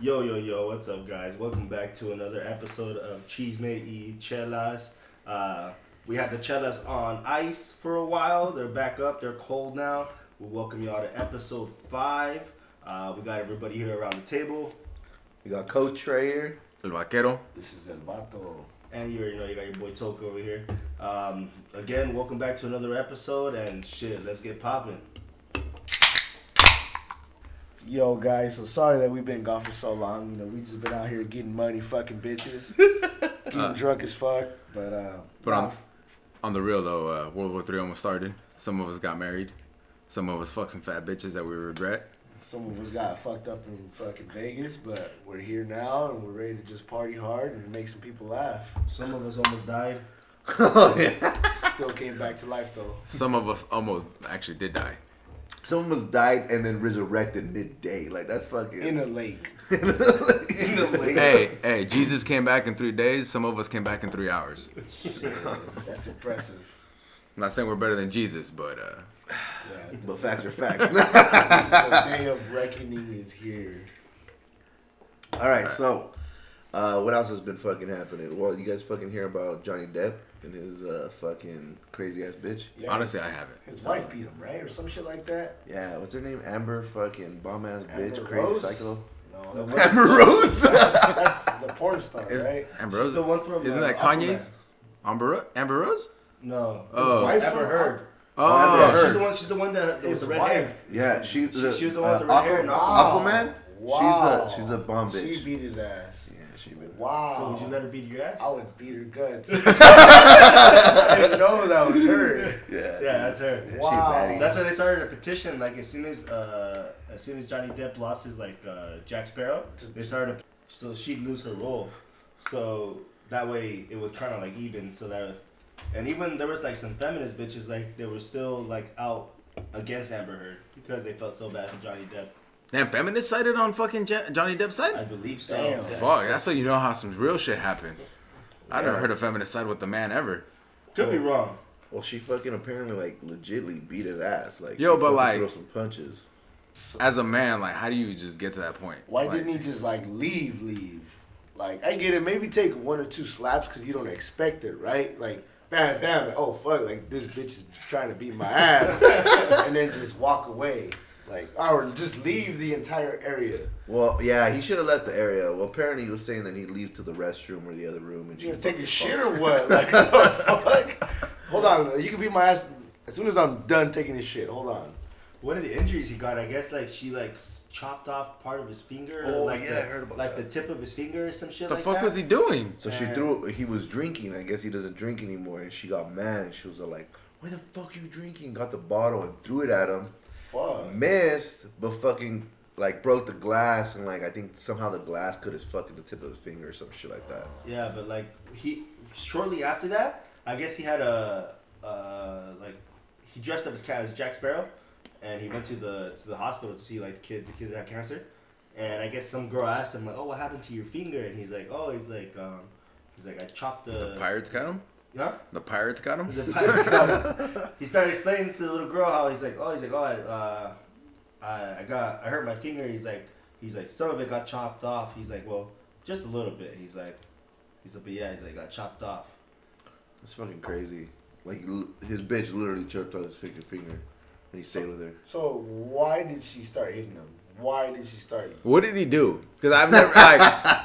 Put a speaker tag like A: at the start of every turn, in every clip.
A: Yo, yo, yo, what's up, guys? Welcome back to another episode of Cheese May E Chelas. Uh, we had the Chelas on ice for a while. They're back up, they're cold now. We welcome y'all to episode five. Uh, we got everybody here around the table.
B: We got Coach right here.
C: El Vaquero.
D: This is El Vato.
A: And you already know you got your boy Toka over here. Um, again, welcome back to another episode, and shit, let's get popping.
D: Yo, guys, so sorry that we've been gone for so long. You know, we just been out here getting money, fucking bitches, getting drunk as fuck. But, uh,
C: Uh, But um,
D: nah,
C: I'm- On the real though, uh, World War Three almost started. Some of us got married. Some of us fucked some fat bitches that we regret.
D: some of us got fucked up in fucking Vegas, but we're here now and we're ready to just party hard and make some people laugh.
A: Some of us almost died.
D: Still came back to life, though.
C: Some of us almost actually did die.
B: Some of us died and then resurrected midday. Like that's fucking.
D: In a lake.
A: In the lake.
C: Hey, hey, Jesus came back in three days. Some of us came back in three hours. I'm
D: That's impressive.
C: not saying we're better than Jesus, but uh,
D: Yeah,
B: but facts are facts.
D: the day of reckoning is here.
B: All right, so uh, what else has been fucking happening? Well, you guys fucking hear about Johnny Depp and his uh, fucking crazy ass bitch.
D: Yeah,
C: honestly, I haven't.
D: His wife beat him, right? Or some shit like that.
B: Yeah, what's her name? Amber fucking bomb ass bitch,
D: Amber
B: crazy
D: Rose?
B: psycho.
D: No, that-
C: Amber Rose.
D: that's the porn star,
C: Is,
D: right?
C: Amber
A: She's
C: Rose.
A: the one from,
C: Isn't
A: uh,
C: that Kanye's? Amber Ro- Amber Rose?
A: No.
C: Oh.
D: wife
A: Amber
D: from-
A: Heard.
C: Oh,
B: Amber
A: Yeah, she's
B: Heard.
A: the one. She's the one that with
D: His
A: the red
D: wife.
A: hair.
B: Yeah, she, the,
A: she was the one with the
B: uh,
A: red hair in
B: Aqua-
D: Aquaman. Oh,
B: Aquaman.
D: Wow.
B: She's the she's the bomb bitch.
D: She beat his ass.
B: yeah, she. Been,
D: Wow.
A: So would you let her beat your ass?
D: I would beat her guts. I didn't know that was her.
B: yeah,
A: yeah, that's her.
B: She's
D: Wow.
B: baddie.
A: That's why they started a petition. Like as soon as uh, as soon as Johnny Depp lost his like uh, Jack Sparrow, they started a, so she'd lose her role. So that way it was kind of like even. So that and even there was like some feminist bitches like they were still like out against Amber Heard because they felt so bad for Johnny Depp.
C: Damn, feminist sided on fucking Ja- Johnny Depp's
A: I
C: side.
A: believe so.
D: Damn.
A: Yeah.
C: Fuck, that's how you know how some real shit happened. I never heard a feminist side with the man ever.
A: Could be wrong.
B: Well, she fucking apparently like legitly beat his ass. Like,
C: Yo,
B: she
C: but,
B: fucking
C: like-
B: throw some punches.
C: As a man, like, how do you just get to that point?
D: Why
C: Like,
D: didn't he just like leave? Leave. Like I get it. Maybe take one or two slaps because you don't expect it, right? Like bam, bam. like, oh fuck! Like this bitch is trying to beat my ass, and then just walk away. Like or just leave the entire area.
B: Well, yeah, he should have left the area. Well, apparently he was saying that he'd leave to the restroom or the other room, and she
D: You gonna
B: fucking
D: take a shit or what? Like, what the fuck? Hold on, you can beat my ass as soon as I'm done taking this shit. Hold on.
A: One of the injuries he got, I guess, like she like s- chopped off part of his finger, or,
B: Oh,
A: like
B: yeah,
A: the,
B: I heard about
A: like
B: that.
A: the tip of his finger or some shit.
C: The
A: like
C: fuck
A: that.
C: was he doing?
B: So she threw. He was drinking. I guess he doesn't drink anymore, and she got mad, and she was like, "Why the fuck you drinking?" Got the bottle and threw it at him.
D: Fuck.
B: Missed, but fucking like broke the glass, and like I think somehow the glass cut his fucking the tip of his finger or some shit like that.
A: Yeah, but like he shortly after that, I guess he had a uh, like he dressed up as cat as Jack Sparrow, and he went to the to the hospital to see like kids the kids that have cancer, and I guess some girl asked him like, oh, what happened to your finger? And he's like, oh, he's like um, he's like I chopped the,
C: The pirates got him?
A: Huh?
C: The pirates got him?
A: The pirates got him. He started explaining to the little girl how he's like, oh, he's like, oh, I, uh, I, I got, I hurt my finger. He's like, he's like, some of it got chopped off. He's like, well, just a little bit. He's like, he's like, but yeah, he's like, got chopped off.
B: It's fucking crazy. Like l- his bitch literally choked on his fucking finger, and he stayed with her.
D: So why did she start hitting him? Why did she start?
C: What did he do? Because I've never, like,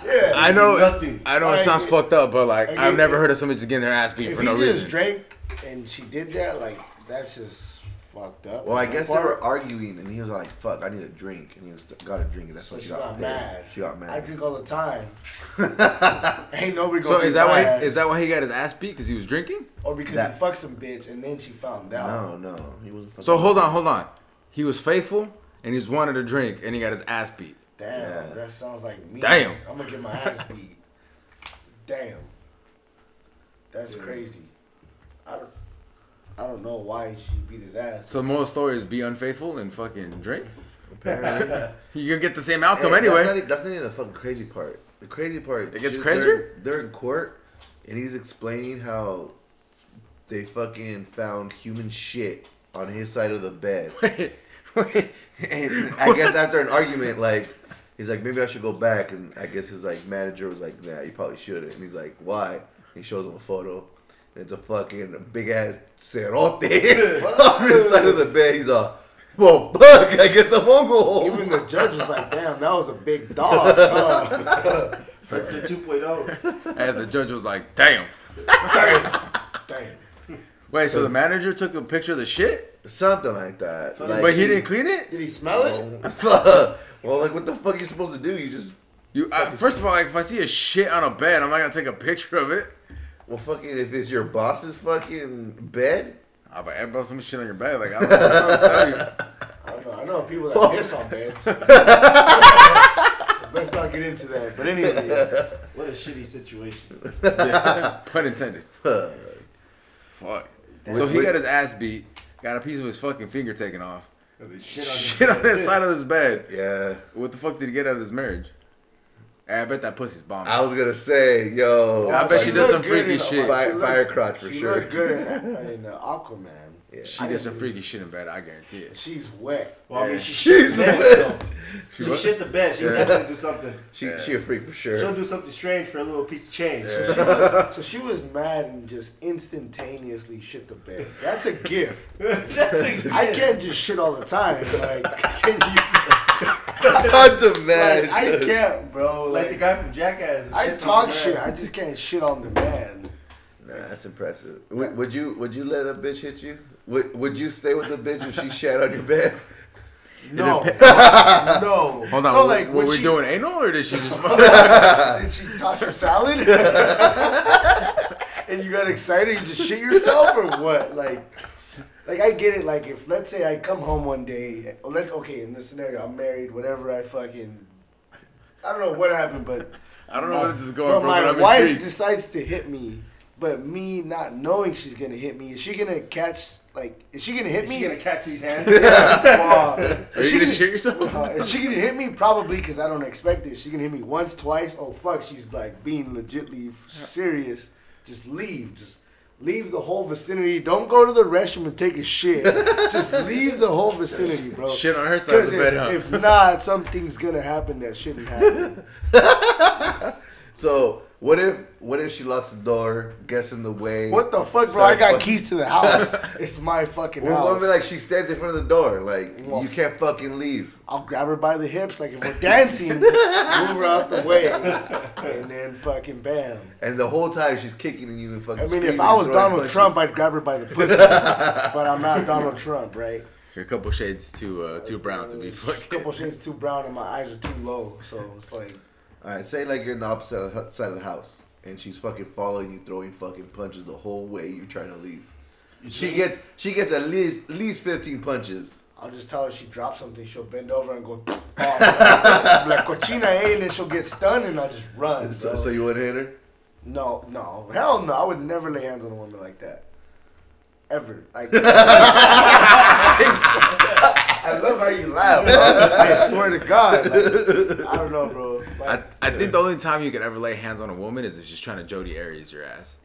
D: Yeah.
C: I know,
A: Nothing.
C: I know it
D: Like,
C: sounds
D: it-
C: fucked up, but like,
D: like,
C: I've
D: it-
C: never heard of somebody just getting their ass beat
D: if
C: for
D: he
C: no
D: just
C: reason.
D: drank and she did that, like that's just fucked up.
B: Well, I
D: Like,
B: guess they
D: Bart-
B: were arguing, and he was like, "Fuck, I need a drink," and he was got a drink, and that's
D: So
B: why
D: she
B: she
D: got
B: got
D: mad.
B: pissed. She got mad.
D: I drink all the time. Ain't nobody gonna.
C: So
D: beat
C: is that
D: my
C: why?
D: ass.
C: Is that why he got his ass beat? Because he was drinking?
D: Or because
B: That-
D: he fucked some bitch and then she found out.
B: No, no, he wasn't. Fucking
C: So hold on, hold on. He was faithful and he just wanted to drink and he got his ass beat.
D: Damn,
B: Yeah.
D: that sounds like me.
C: Damn.
D: I'm gonna get my ass beat. Damn. That's crazy. I don't. I don't know why she beat his ass.
C: So the moral story is be unfaithful and fucking drink.
B: Apparently.
C: You're gonna get the same outcome
B: Hey,
C: anyway.
B: That's not, e, that's not even the fucking crazy part. The crazy part.
C: It gets
B: she-
C: crazier?
B: They're, they're in court, and he's explaining how they fucking found human shit on his side of the bed.
C: Wait, wait.
B: And I guess after an argument, like He's like, maybe I should go back, and I guess his like manager was like, nah, you probably shouldn't. And he's like, why? He shows him a photo. and It's a fucking big ass cerote on the side of the bed. He's all, well, fuck, I guess I won't go home.
D: Even the judge was like, "Damn, that was a big dog." huh?
A: Flip to 2.0.
C: And the judge was like, damn.
D: Damn.
C: Wait, so the manager took a picture of the shit?
B: Something like that. Like,
C: But he didn't clean it?
D: Did he smell it?
B: well, like, what the fuck are you supposed to do? You just,
C: You I, First of all, like, if I see a shit on a bed, I'm not going to take a picture of it.
B: well, fucking, if it's your boss's fucking bed,
C: I'll be like, bro, some shit on your bed. Like, I don't know what to tell you.
D: I don't know. I know people that piss on beds. Let's not get into that. But anyways,
A: What a shitty situation.
C: Yeah, pun intended.
B: Fuck.
C: Fuck. So he got his ass beat, got a piece of his fucking finger taken off,
A: They shit on
C: shit on the side of his bed.
B: yeah.
C: What the fuck did he get out of this marriage? Hey, I bet that pussy's bomb.
B: I was gonna say, yo,
C: I bet she does some
D: looked good
C: freaky
D: in a-
C: shit.
B: Fire-
D: looked-
B: fire crotch for
D: she
B: sure.
D: looked good in, in uh, Aquaman.
C: she did some freaky shit in bed, I guarantee it.
D: She's wet.
A: Well, I mean, she shit
B: She's
A: the bed. so- She,
C: what?
A: shit the bed. She'll definitely do something.
B: she she a freak for
A: She'll
B: sure.
A: do something strange for a little piece of change.
D: So she was mad and just instantaneously shit the bed. That's a gift. That's a, I can't just shit all the time. Like, can you,
B: Tons of mad.
D: like I can't, bro.
A: Like the
D: Like,
A: guy from Jackass. who
D: I
A: shits on
D: talk
A: the
D: shit. I
A: bed.
D: just can't shit on the man.
B: Nah, that's impressive. Would, would you would you let a bitch hit you? Would would you stay with the bitch if she shat on your bed?
D: No, no.
C: Hold on,
D: So
C: were-
D: like,
C: were
D: when
C: we
D: she,
C: doing anal or did she just fuck?
D: Did she toss her salad? and you got excited and just shit yourself or what? Like, like I get it. Like if let's say I come home one day, let okay in this scenario I'm married, whatever I fucking, I don't know what happened, but
C: I don't know where this is going,
D: but
C: bro,
D: my
C: but I'm
D: wife
C: intrigued.
D: decides to hit me, but me not knowing she's gonna hit me, is she gonna catch? Like, is she gonna hit
A: Is
D: me?
A: she gonna catch these hands? Yeah.
D: Wow.
C: Are
D: Is
C: you
D: she
C: gonna
D: gonna-
C: shit yourself?
D: uh, is she gonna hit me? Probably, cause I don't expect it. She gonna hit me once, twice. Oh fuck, she's like being legitly f- serious. Just leave. Just leave the whole vicinity. Don't go to the restroom and take a shit. Just leave the whole vicinity, bro.
C: Shit on her side of
D: Cause
C: the bed, huh?
D: if, if not, something's gonna happen that shouldn't happen.
B: So what if what if she locks the door, gets in the way?
D: What the fuck, bro? I
B: Sorry,
D: got
B: fuck.
D: keys to the house. It's my fucking
B: Or what
D: house.
B: if like she stands in front of the door, like
D: Well,
B: you can't fucking leave.
D: I'll grab her by the hips, like if we're dancing, move her out the way, and then fucking bam.
B: And the whole time she's kicking and you and fucking.
D: I mean, if
B: screaming
D: I
B: and
D: was
B: throwing
D: Donald
B: punches.
D: Trump, I'd grab her by the pussy. but I'm not Donald Trump, right?
C: You're a couple shades too uh, too brown to be
D: A
C: fucking.
D: couple shades too brown and my eyes are too low, so it's like,
B: All right, say like you're in the opposite of the hu- side of the house, and she's fucking following you, throwing fucking punches the whole way you're trying to leave. She gets she gets at least least fifteen punches.
D: I'll just tell her she dropped something, she'll bend over and go, oh, I'm like cochina, eh? And then she'll get stunned and I'll just run.
B: So,
D: So,
B: so you wouldn't hit her?
D: no, no, hell no, I would never lay hands on a woman like that, ever. Like, I love how you laugh. Bro. I swear to God, like, I don't know, bro.
C: I,
D: Like,
C: I think the only time you could ever lay hands on a woman is if she's trying to Jody Aries your ass.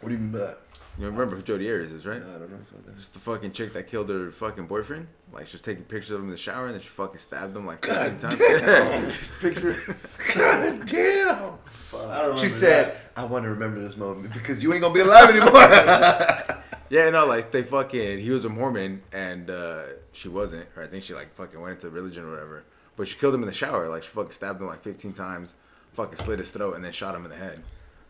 B: What do you mean by that?
C: You remember who Jody Arias is, right?
B: I don't know. fuck that.
C: Just the fucking chick that killed her fucking boyfriend. Like she was taking pictures of him in the shower and then she fucking stabbed him like 15 times.
D: picture.
B: God damn!
A: I don't
B: She
A: remember
B: said, "I want to remember this moment because you ain't gonna be alive anymore."
C: yeah, no, like they fucking he was a Mormon and uh, she wasn't, or I think she like fucking went into religion or whatever. But she killed him in the shower. Like she fucking stabbed him like 15 times, fucking slit his throat and then shot him in the head.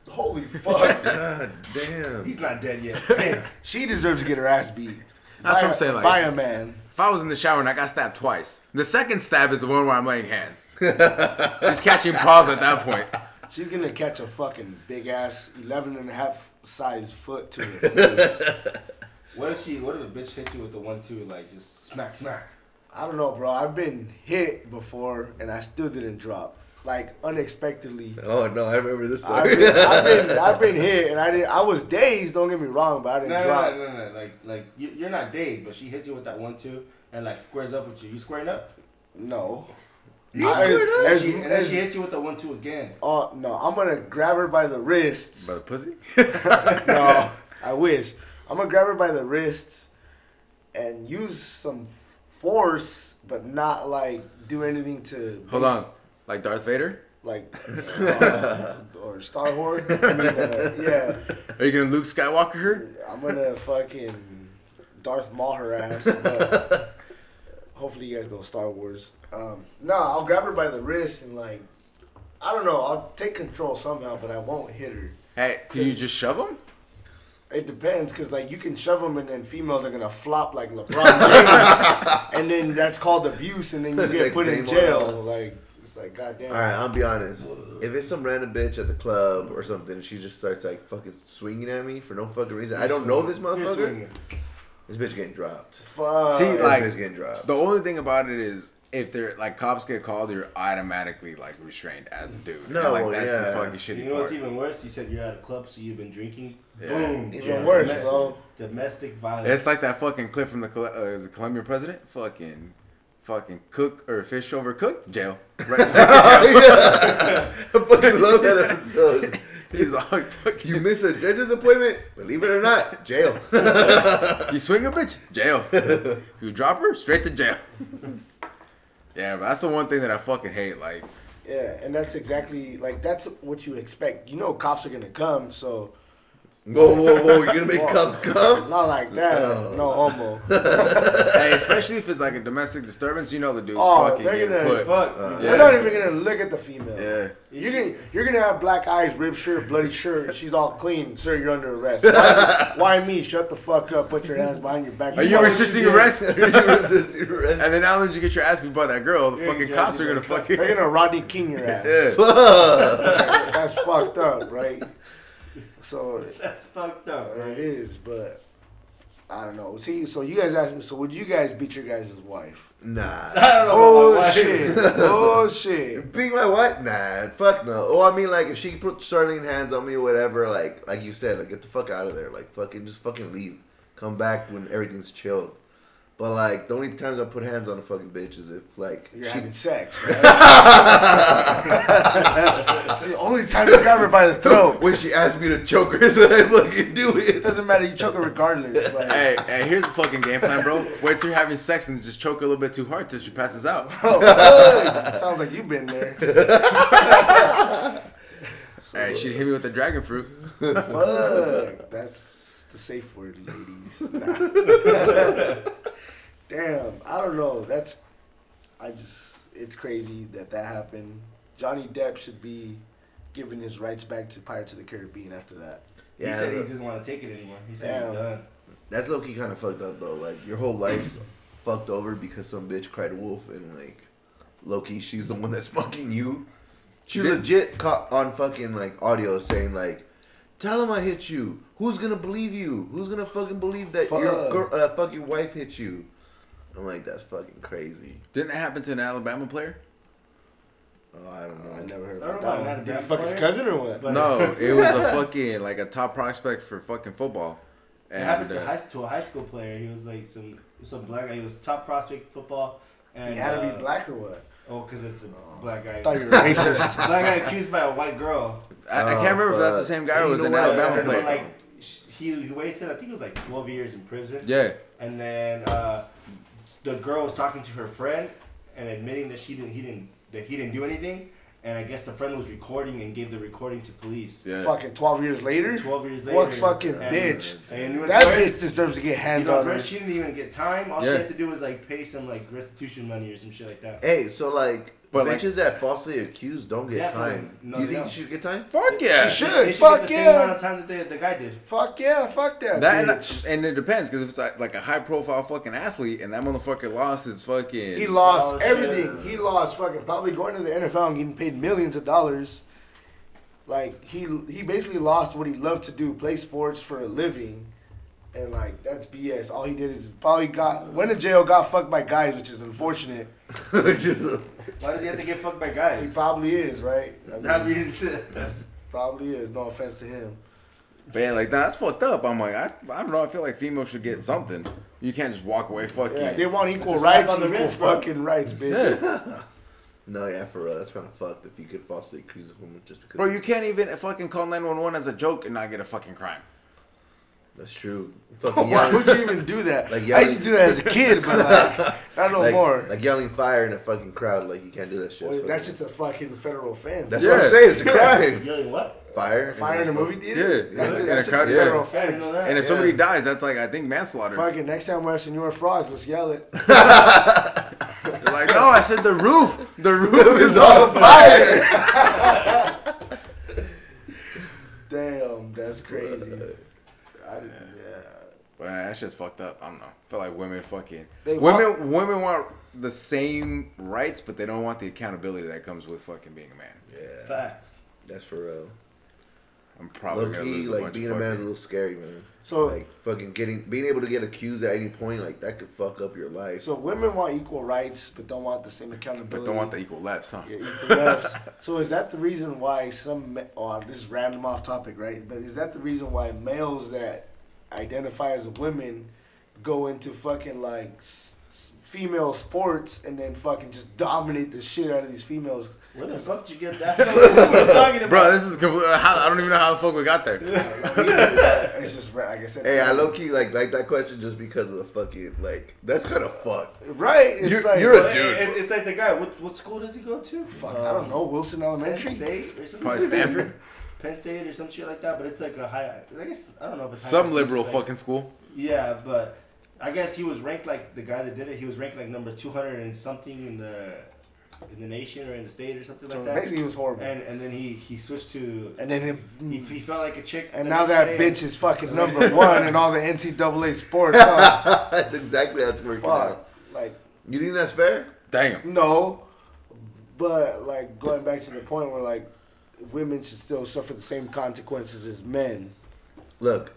D: Holy fuck.
B: God
A: that.
B: damn!
A: He's not dead yet.
D: She deserves to get her ass beat.
C: That's
D: by,
C: what I'm saying, like-
D: by a man.
C: If I was in the shower and I got stabbed twice, the second stab is the one where I'm laying hands. Just catching paws at that point.
D: She's gonna catch a fucking big ass 11 and a half size foot to her face.
A: What if she? What if a bitch hit you with the one two like just smack smack?
D: I don't know, bro. I've been hit before and I still didn't drop. Like unexpectedly.
B: Oh no, I remember this
D: I've
B: story.
D: been, I've been I've been hit and I didn't I was dazed, don't get me wrong, but I
A: No,
D: didn't
A: no,
D: drop.
A: no, no, no. Like, like you, you're not dazed, but she hits you with that one two and like squares up with you. You squaring up?
D: No.
A: You
D: I- as-
A: She, and then
D: as-
A: she hits you with the one two again.
D: Oh no, I'm gonna grab her by the wrists.
C: By the pussy?
D: no, I wish. I'm gonna grab her by the wrists and use some force, but not like do anything to
C: Hold
D: bas-
C: on. Like Darth Vader?
D: like uh, or Star Wars. I mean, uh, yeah,
C: Are you gonna Luke Skywalker her?
D: I'm gonna fucking Darth Maul her ass. But hopefully, you guys know Star Wars. Um, no, I'll grab her by the wrist and like, I don't know. I'll take control somehow, but I won't hit her.
C: Hey, can you just shove him?
D: It depends, cause like you can shove them and then females are gonna flop like LeBron James, and then that's called abuse, and then you get
B: Next
D: put in
B: name
D: jail.
B: on.
D: Like it's like goddamn.
B: All right, I'll be honest. If it's some random bitch at the club or something, she just starts like fucking swinging at me for no fucking reason. I don't know this
D: You're
B: motherfucker.
D: swinging.
B: This bitch getting dropped.
D: Fuck.
C: See, like-
B: this bitch getting dropped.
C: The only thing about it is if they're like cops get called, you're automatically like restrained as a dude.
B: No,
C: And, like that's the
B: yeah.
C: fucking
A: You
C: shitty
A: know what's
C: part.
A: even worse? You said you're at a club, so you've been drinking.
B: Yeah.
A: Boom.
D: Even
A: Yeah.
D: worse,
A: Domestic-
D: bro.
A: Domestic violence.
C: It's like that fucking clip from the Col- uh, is it Colombian president. Fucking, fucking cook or fish overcooked jail. Right.
B: I fucking love that episode.
C: He's like, fuck
B: You
C: you.
B: miss a dentist appointment, believe it or not, jail.
C: You swing a bitch, jail. You drop her, straight to jail. Yeah, but that's the one thing that I fucking hate. Like,
D: Yeah, and that's exactly like that's what you expect. You know, cops are gonna come, so
B: Whoa, whoa, whoa! You're gonna make cops come?
D: not like that. No, homo.
C: hey, especially if it's like a domestic disturbance, you know the dude's
D: Oh,
C: fucking
D: they're
C: getting
D: gonna-
C: put.
A: Fuck.
D: They're not even gonna look at the female.
C: Yeah.
D: You're gonna, you're gonna have black eyes, ripped shirt, bloody shirt. She's all clean. Sir, you're under arrest. Why, why me? Shut the fuck up. Put your hands behind your back.
C: Are
D: know
C: you
D: what
C: resisting
D: did.
C: arrest?
B: You're gonna resist arrest.
C: And then not only did you get your ass beat by that girl, the
A: Yeah,
C: fucking
A: yeah,
C: cops
A: yeah,
C: are gonna
A: yeah.
C: fucking.
D: They're gonna Rodney King your ass. That's fucked up, right? So
A: That's fucked up,
D: it
A: right?
D: is, but I don't know. See, so you guys asked me. So would you guys beat your guys' wife?
B: Nah.
A: I don't know about
D: Oh
A: why.
D: shit! Oh shit!
B: Being my wife? Nah, fuck no. Oh, I mean, like if she put starting hands on me or whatever, like like you said, like get the fuck out of there. Like fucking just fucking leave. Come back when everything's chilled. But like the only times I put hands on a fucking bitch is if like
D: You're
B: she
D: having sex. Right? it's the only time you grab her by the throat.
B: when she asked me to choke her, so I fucking do it.
D: doesn't matter. You choke her regardless. Like,
C: Hey, hey, here's the fucking game plan, bro. Wait till you're having sex and just choke her a little bit too hard till she passes out.
D: sounds like you've been there.
C: Hey, she'd hit me with the dragon fruit.
D: Fuck. That's the safe word, ladies. Nah. Damn, I don't know. That's, I just, it's crazy that that happened. Johnny Depp should be giving his rights back to Pirates of the Caribbean after that.
A: He
B: Yeah,
A: said he
B: that-
A: doesn't want to take it anymore. He said
D: Damn.
A: he's done.
B: That's low key kind of fucked up though. Like your whole life's fucked over because some bitch cried wolf and like low key she's the one that's fucking you. She
C: Did-
B: legit caught on fucking like audio saying like, "Tell him I hit you. Who's gonna believe you? Who's gonna fucking believe that your
D: Fuck.
B: girl, uh, fucking wife hit you?" I'm like, that's fucking crazy.
C: Didn't that happen to an Alabama player?
B: Oh, I don't know.
D: I never heard
A: I don't
D: about
A: know,
D: Mm. that.
A: not a
D: one. Did he
A: big
D: fuck his
A: player,
D: cousin or what?
A: but-
C: No, it was a fucking like a top prospect for fucking football.
A: It happened to,
C: uh,
A: high, to a high school player. He was like some some black guy. He was top prospect football. And,
D: He had to
A: uh,
D: be black or what?
A: Oh, because it's a black guy.
D: I thought you were racist.
A: black guy accused by a white girl.
C: I, I can't remember if that's the
B: Oh,
C: same guy or
A: And
C: was
A: you
C: an
A: know what?
C: Alabama
A: And,
C: player.
A: Like sh- he, he wasted, I think it was like 12 years in prison.
C: yeah,
A: And then uh, the girl was talking to her friend and admitting that she didn't, he didn't, that he didn't do anything. And I guess the friend was recording and gave the recording to police.
C: yeah.
D: Fucking 12 years later?
A: 12 years later.
D: What fucking
A: and-
D: bitch?
A: And you know what's
D: That
A: worse?
D: bitch deserves to get
A: You
D: hands
A: know, what's
D: on her.
A: worse? she didn't even get time. All
C: Yeah.
A: she had to do was like pay some like restitution money or some shit like that.
B: Hey, so like
C: But, like-
B: bitches that falsely accused don't get
A: Definitely.
B: time.
A: No,
B: you
A: they
B: think
A: don't.
B: she should get time?
C: Fuck yeah.
D: She should.
A: They should
D: Fuck
A: get the same
D: yeah.
A: amount of time that the, the guy did.
D: Fuck yeah, fuck that,
C: That
D: bitch.
C: and, and it depends because if it's like, like a high profile fucking athlete and that motherfucker lost his fucking.
D: He lost
A: Oh, shit.
D: everything. He lost fucking probably going to the NFL and getting paid millions of dollars. Like he he basically lost what he loved to do, play sports for a living. And like that's BS. All he did is probably got went to jail, got fucked by guys, which is unfortunate.
A: Why does he have to get fucked by
D: He
A: guys?
D: probably is, right? I mean,
A: I mean,
D: probably is. No offense to him.
C: But yeah, like nah, that's fucked up. I'm like, I, I don't know. I feel like females should get something. You can't just walk away. Fuck
D: Yeah, they
C: you.
D: want equal
A: It's a slap
D: rights,
A: on the
D: equal
A: wrist, bro.
D: fucking rights, bitch.
C: Yeah.
B: No, yeah, for real, that's kind of fucked. If you could falsely accuse a woman just because.
C: Bro, you can't even fucking call 911 as a joke and not get a fucking crime.
B: That's true. Fucking
D: Why
B: yelling,
D: would you even do that?
B: Like
D: I used to do that as a kid, but like, not no
B: like,
D: more.
B: like yelling fire in a fucking crowd. Like you can't do that shit.
D: Well,
B: It's
D: that's
B: fucking-
D: just a fucking federal offense.
B: that's
D: yeah.
B: what I'm saying. It's a
D: Yeah.
B: crime.
A: Yelling what?
B: Fire.
D: Fire in a movie theater?
C: Yeah.
D: That's,
C: Yeah.
D: that's
C: In a
D: a
C: crowd, yeah.
D: federal
A: I didn't know
D: offense.
A: that.
C: And if
B: Yeah.
C: somebody dies, that's like I think manslaughter.
D: Fucking next time we're at Senor Frogs, let's yell it.
C: They're like, no, I said the roof. The roof is on.
B: on fire.
D: Damn, that's crazy. I, yeah.
C: But that shit's fucked up. I don't know. I feel like women fucking
D: They
C: women. women want the same rights, but they don't want the accountability that comes with fucking being a man.
B: Yeah,
A: Facts.
B: that's for real.
C: I'm probably
B: Low
C: gonna lose
B: key,
C: a
B: like
C: bunch
B: being a
C: of
B: man is a
C: fucking.
B: little scary, man.
D: So,
B: Like fucking getting, being able to get accused at any point, like that could fuck up your life.
D: so women want equal rights, but don't want the same accountability.
C: But don't want the equal lefts, huh?
D: Yeah, equal rights. so is that the reason why some? ma- Oh, this is random off topic, right? But is that the reason why males that identify as women go into fucking like s- s- female sports and then fucking just dominate the shit out of these females?
A: Where the fuck did you get that? from? what are you talking about?
C: Bro, this is complete. How, I don't even know how the fuck we got there.
D: it's just ra- like I said.
B: Hey, I low key like like that question just because of the fucking like that's kind of fucked.
D: Right? It's
B: You're-
D: like
B: you're a
A: Well, it- it- it's like the guy. What, what school does he go to? Um,
D: fuck. I don't know. Wilson
A: Penn
D: Elementary.
A: State or something.
C: Probably Stanford.
A: Penn State or some shit like that. But it's like a high. I guess I don't know if it's high
C: Some
A: school,
C: liberal
A: it's like-
C: fucking school.
A: Yeah, but I guess he was ranked like the guy that did it. He was ranked like number two hundred and something in the in the nation or in the state or something
D: So
A: like that.
D: basically, he was horrible. And,
A: And and then he he switched to
D: then him.
A: he, he felt like a chick.
D: Mm. And
A: the
D: now
A: next
D: that
A: day.
D: bitch is fucking number one in all the NCAA sports. huh?
B: that's exactly how it's working out.
D: Fuck. Like,
B: You think that's fair?
C: Damn.
D: no. But, like, going back to the point where, like, women should still suffer the same consequences as men.
B: Look,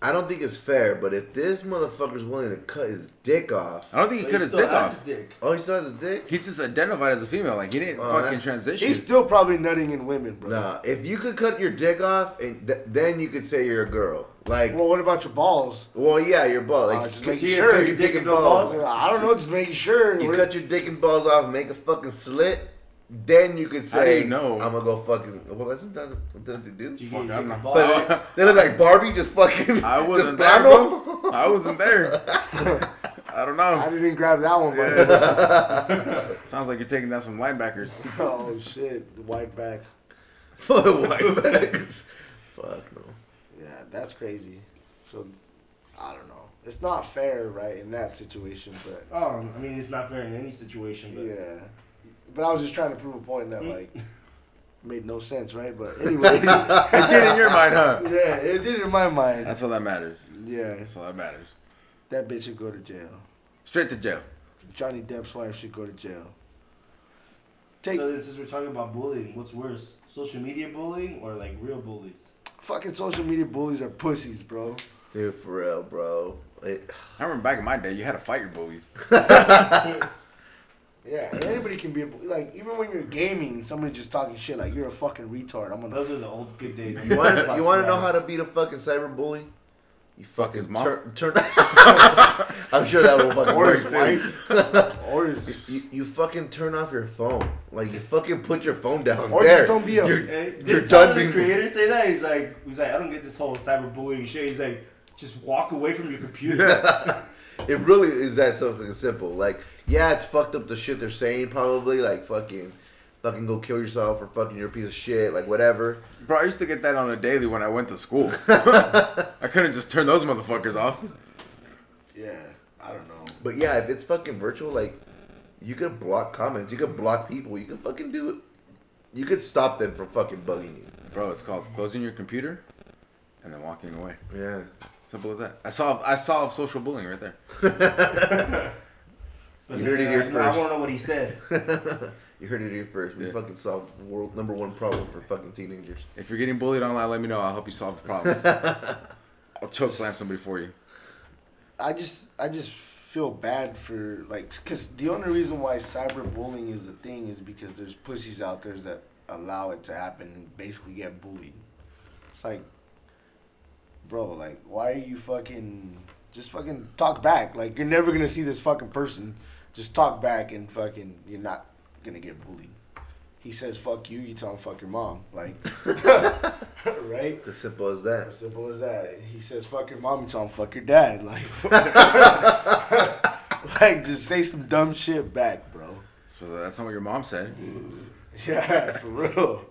B: I don't think it's fair, but if this motherfucker's willing to cut his dick off,
C: I don't think
A: But
C: he cut his
A: still
C: dick
A: has
C: off.
A: his dick.
B: oh, he still has his dick.
C: He just identified as a female. Like he didn't
B: Oh,
C: fucking
B: that's-
C: transition.
D: He's still probably nutting in women, bro.
B: Nah, if you could cut your dick off, and th- then you could say you're a girl. Like, well,
D: Well, what about your balls?
B: yeah, your ball.
D: Uh,
B: Like,
D: just
B: you
D: make
B: cut
D: sure
B: your
A: your
B: dick and balls.
D: I don't know, just making sure.
B: You
D: What-
B: cut your dick and balls off, make a fucking slit. Then you could
C: How do
B: say,
C: you know?
B: I'm gonna go fucking." Well, that's not what they do.
A: Did you
C: Fuck,
A: get
C: I
A: your
C: don't
A: dick
C: know.
A: involved?
B: But they look like Barbie, just fucking.
C: I wasn't
B: just
C: there,
B: blonde.
C: bro. I wasn't there. I don't
D: I
C: know.
D: didn't grab that one, but
C: Sounds like you're taking down some linebackers.
D: oh shit, white back.
B: For the white bags. Fuck no.
D: Yeah, that's crazy. So, I don't know. It's not fair, right, in that situation, but
A: Oh, I mean, it's not fair in any situation, but Mm.
D: yeah. But I was just trying to prove a point that like made no sense, right? But anyways, yeah,
C: It did in your mind, huh?
D: it did in my mind.
C: That's all that matters.
D: yeah,
C: That's all that matters.
D: that bitch should go to jail.
C: Straight to jail.
D: Johnny Depp's wife should go to jail. Take
A: So then, since we're talking about bullying, what's worse, social media bullying or like real bullies?
D: fucking social media bullies are pussies, bro.
B: Dude, for real, bro. It,
C: I remember back in my day, you had to fight your bullies.
D: Yeah, and anybody can be a, bu- like even when you're gaming, somebody's just talking shit like you're a fucking retard. I'm gonna
A: Those are the old good days.
B: you want to know how to beat a fucking cyberbully? You fucking
C: His mom?
B: Turn, turn I'm sure that will fucking
D: or
B: work
D: his
B: too.
D: wife, or his
B: You, you fucking turn off your phone. Like you fucking put your phone down
D: Or
B: there.
D: just don't be a-
A: Hey,
B: You're
A: did Tyler
B: done being-
A: the creator say that? He's like, he's like, I don't get this whole cyberbullying shit. He's like, just walk away from your computer.
B: It really is that so fucking simple. Like, yeah, it's fucked up the shit they're saying probably. Like fucking, fucking go kill yourself or fucking you're a piece of shit. Like whatever.
C: Bro, I used to get that on a daily when I went to school. I couldn't just turn those motherfuckers off.
D: yeah. I don't know.
B: But yeah, if it's fucking virtual, like you could block comments, you could block people, you could fucking do it. You could stop them from fucking bugging you.
C: Bro, it's called closing your computer and then walking away.
B: Yeah.
C: Simple as that. I solved I solved social bullying right there.
A: But
B: You heard it
A: uh,
B: here
A: no, I
B: first.
A: want to know what he said.
B: You heard it here first. We
C: Yeah.
B: fucking solved world number one problem for fucking teenagers.
C: If you're getting bullied online, let me know. I'll help you solve the problems. I'll choke slam somebody for you.
D: I just I just feel bad for like because the only reason why cyberbullying is the thing is because there's pussies out there that allow it to happen and basically get bullied. It's like, bro, like why are you fucking just fucking talk back? Like you're never gonna see this fucking person. Just talk back and fucking you're not gonna get bullied. He says fuck you. You tell him fuck your mom. Like, right?
B: It's as simple as that.
D: As simple as that. He says, "Fuck your mom." You tell him, "Fuck your dad." Like, like just say some dumb shit back, bro.
C: So that's not what your mom said.
D: Yeah, for real.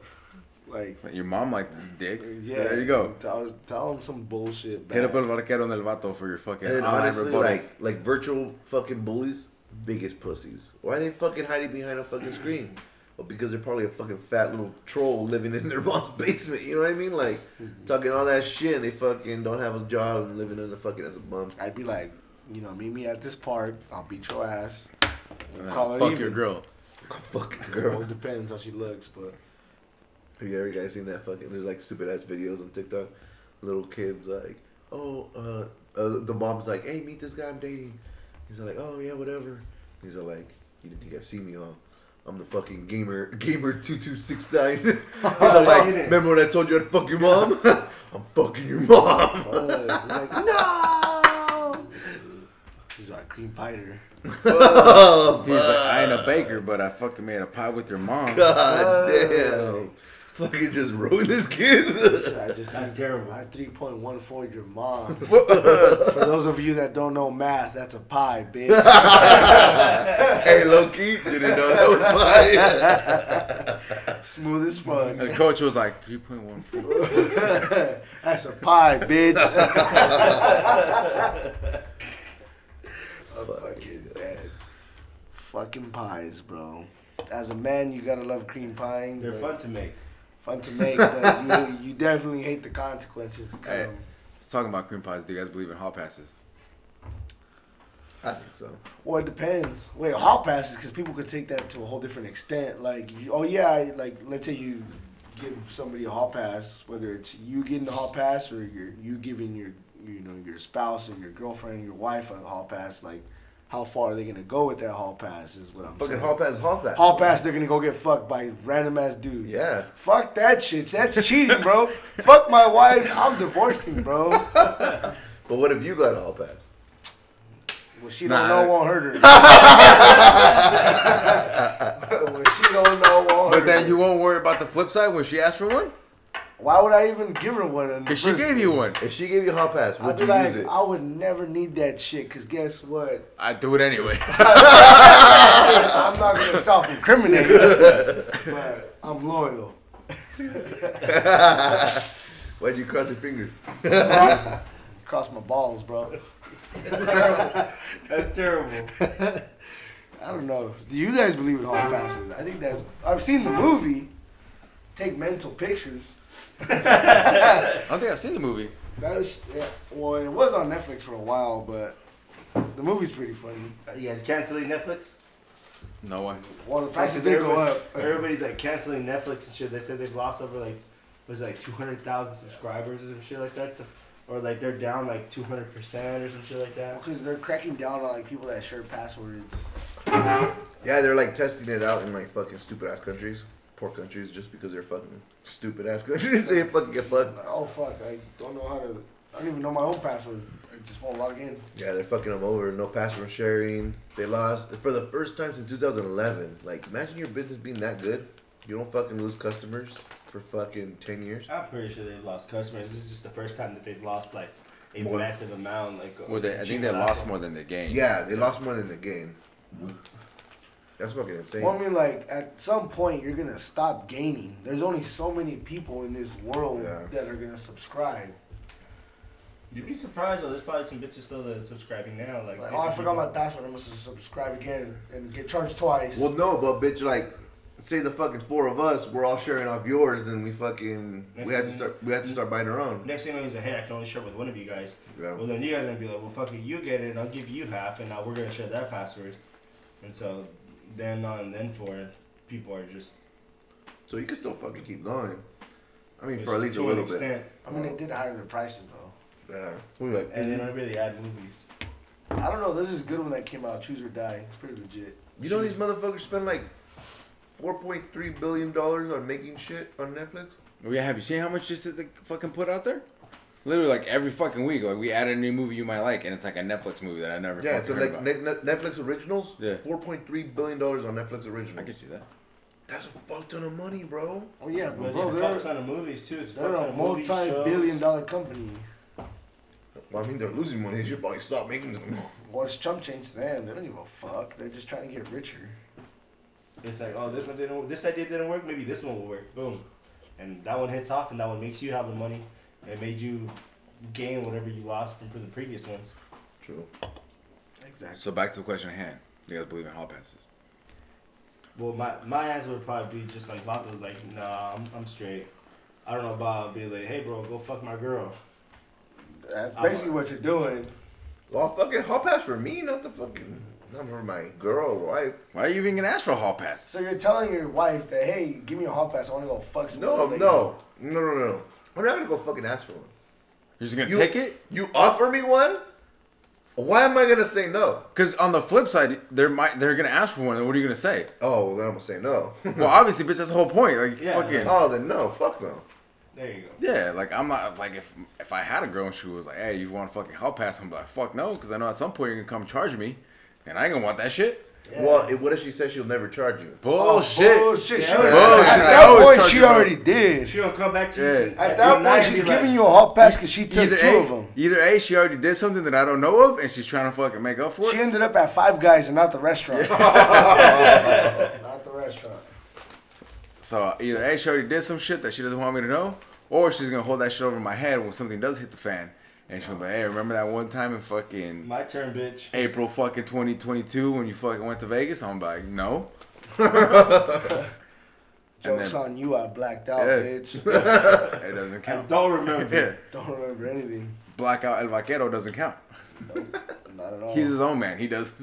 D: Like,
C: It's like, your mom liked this dick.
D: yeah.
C: Yeah. there you go.
D: Tell, tell him some bullshit back.
C: Hit up El Barquero and El Vato for your fucking
B: And
C: online
B: honestly, like
C: rebuttals.
B: like virtual fucking bullies, biggest pussies. Why are they fucking hiding behind a fucking screen? Well, because they're probably a fucking fat little troll living in their mom's basement. You know what I mean? Like talking all that shit, and they fucking don't have a job and living in the fucking as a bum.
D: I'd be like, you know, meet me at this park. I'll beat your ass. We'll
C: Uh,
D: call it
C: fuck
D: even.
C: your girl.
B: Fucking
D: Well,
B: girl.
D: it depends how she looks, but
B: Have you ever guys seen that fucking? There's like stupid ass videos on TikTok. Little kids like, oh, uh, uh, the mom's like, hey, meet this guy I'm dating. He's like, oh yeah, whatever. He's like, you didn't think I've seen me, huh? I'm the fucking gamer, gamer two two six nine. He's like, remember when I told you I'd fuck your mom? I'm fucking your mom.
D: Fuck. He's like, no. He's like cream pider.
C: He's like, I ain't a baker, but I fucking made a pie with your mom.
B: God damn. Fucking just ruined this kid.
D: I just
A: That's
D: did-
A: terrible.
D: I three point one for your mom. For those of you that don't know math, that's a pie, bitch.
B: hey, low key, didn't know that was mine.
D: Smooth as fuck.
C: And the coach was like, 3.14.
D: That's a pie, bitch. a fucking bad. Fucking pies, bro. As a man, you gotta love cream pieing.
A: They're
D: but-
A: fun to make.
D: fun to make, but you, you definitely hate the consequences that come.
C: Hey. It's talking about cream pies. Do you guys believe in hot passes?
B: I think so.
D: Well, it depends. Wait, hall passes because people could take that to a whole different extent. Like, you, oh yeah, I- like let's say you give somebody a hall pass, whether it's you getting the hall pass or you're you giving your you know your spouse and your girlfriend, your wife a hall pass. Like, how far are they gonna go with that hall pass? Is what I'm
B: Fucking
D: saying.
B: hall pass, hall pass.
D: Hall pass, they're gonna go get fucked by random ass dude.
B: Yeah.
D: Fuck that shit. That's cheating, bro. Fuck my wife. I'm divorcing, bro.
B: But what if you got a hall pass?
D: Well, she
C: Nah.
D: don't know won't hurt her. well, she don't know won't
C: But
D: hurt
C: then
D: her.
C: you won't worry about the flip side when she asked for one?
D: Why would I even give her one? in the
C: Because she
D: first
C: gave you
D: place?
C: one.
B: If she gave you a hall pass,
D: I'd
B: would
D: be
B: you
D: like,
B: use it?
D: I would never need that shit. Cause guess what?
C: I do it anyway.
D: I'm not gonna self-incriminate, but I'm loyal.
B: Why'd you cross your fingers?
D: Cross my balls, bro.
A: That's terrible.
D: I don't know. Do you guys believe in hall passes? I think that's. I've seen the movie. Take mental pictures.
C: I don't think I've seen the movie.
D: That was, yeah, well, it was on Netflix for a while, but the movie's pretty funny.
A: Are you guys canceling Netflix?
C: No one.
D: Well, the prices did go
A: Everybody-
D: up.
A: Everybody's like canceling Netflix and shit. They said they've lost over like was it, like two hundred thousand subscribers or some shit like that. Stuff. Or like they're down like two hundred percent or some shit like that.
D: Because they're cracking down on like people that share passwords.
B: Yeah, they're like testing it out in like fucking stupid ass countries, poor countries, just because they're fucking stupid ass countries. they fucking get fucked.
D: Like, oh fuck, I don't know how to. I don't even know my own password. I just won't log in.
B: Yeah, they're fucking them over. No password sharing. They lost for the first time since 2011. Like, imagine your business being that good. You don't fucking lose customers for fucking 10 years.
A: I'm pretty sure they've lost customers. This is just the first time that they've lost like a
B: More.
A: massive amount. Like
C: Well, they, I think
A: cheap
C: they
A: last
C: lost
A: one.
C: more than they gained.
B: Yeah, they lost more than the game. That's fucking insane.
D: Well, I mean, like at some point you're gonna stop gaining. There's only so many people in this world
B: Yeah.
D: that are gonna subscribe.
A: You'd be surprised though. There's probably some bitches still that are subscribing now. Like,
D: Like, oh, I forgot my password. I must subscribe again and get charged twice.
B: Well, no, but bitch, like, say the fucking four of us, we're all sharing off yours, then we fucking we
A: Next
B: have to
A: thing-
B: start we have to start buying our own.
A: Next thing I know, he's like, hey, I can only share with one of you guys.
B: Yeah.
A: Well, then you guys are gonna be like, well, fuck it, you get it, and I'll give you half, and now we're gonna share that password. And so, then on then for people are just
B: So you can still fucking keep going. I mean,
A: it's
B: for at least a
A: to an
B: little bit.
A: extent,
D: I mean, they did higher their prices though.
B: Yeah. We like,
A: and they
B: mhm.
A: don't really add movies.
D: I don't know. This is a good one that came out. Choose or die. It's pretty legit.
B: you know these motherfuckers spend like four point three billion dollars on making shit on Netflix.
C: Well, yeah, have you seen how much just they fucking put out there? Literally, like every fucking week, like we add a new movie you might like, and it's like a Netflix movie that I never.
B: Yeah.
C: fucking
B: So
C: heard
B: like
C: about.
B: ne- ne- Netflix originals.
C: Yeah.
B: Four point three billion dollars on Netflix
C: I
B: originals.
C: can see that.
B: That's a fuck ton of money, bro.
D: Oh yeah,
A: But
D: but
A: it's
D: bro,
A: a fuck
D: they're
A: ton of movies too. It's a
D: they're
A: fuck ton
D: a
A: of movies,
D: multi-billion
A: shows.
D: dollar company.
B: Well, I mean, they're losing money. They should probably stop making them.
D: Well, it's chump change to them. They don't give a fuck. They're just trying to get richer.
A: It's like, oh, this one didn't work. This idea didn't work. Maybe this one will work. Boom, and that one hits off, and that one makes you have the money. It made you gain whatever you lost from the previous ones.
B: True.
D: Exactly.
C: So back to the question at hand. Do you guys believe in hall passes?
A: Well, my my answer would probably be just like Vato was like, nah, I'm, I'm straight. I don't know about be like, hey, bro, go fuck my girl.
D: That's basically what you're doing.
B: Well, fucking hall pass for me, not the fucking not for my girl or wife.
C: Why are you even gonna ask for a hall pass?
D: So you're telling your wife that, hey, give me a hall pass. I want to go fuck some
B: No,
D: other
B: no,
D: lady."
B: no, no, no, no. I'm not gonna go fucking ask for one.
C: You're just gonna
B: You
C: take it?
B: You offer me one. Why am I gonna say no?
C: Because on the flip side, they're might they're gonna ask for one, and what are you gonna say?
B: Oh, well, then I'm gonna say no.
C: well, obviously, bitch, that's the whole point. Like,
A: Yeah.
C: fucking,
B: oh, then no. Fuck no.
A: There you go.
C: yeah. Like, I'm not like if if I had a girl and she was like, "Hey, you want a fucking hall pass?" I'm like, "Fuck no," because I know at some point you're gonna come charge me, and I ain't gonna want that shit.
D: Yeah.
B: Well, it, what if she says she'll never charge you?
D: Oh,
C: Bullshit.
D: bullshit. She
A: Yeah.
D: already-
C: Bullshit.
D: At
C: I
D: that
C: always
D: point,
C: charge
D: she
C: you, bro.
D: already did.
A: She don't come back to you.
C: Yeah.
A: till-
D: At
A: till
D: that
A: night
D: point,
A: and
D: she's
A: be like,
D: giving you a hall pass because she took
C: e- Either
D: two
C: a,
D: of them.
C: either a she already did something that I don't know of, and she's trying to fucking make up for it.
D: She ended up at Five Guys and not the restaurant. not the restaurant.
C: So either A, she already did some shit that she doesn't want me to know, or she's gonna hold that shit over my head when something does hit the fan, and she'll be like, "Hey, remember that one time in fucking
A: My turn, bitch.
C: April fucking 2022 when you fucking went to Vegas?" I'm like, "No." And
D: Joke's
C: then-
D: on you, I blacked out,
C: Yeah.
D: bitch.
C: It doesn't
A: I
C: count.
A: don't remember.
C: Yeah,
D: Don't remember anything.
C: blackout El Vaquero doesn't count.
D: Not at all.
C: He's his own man. He does.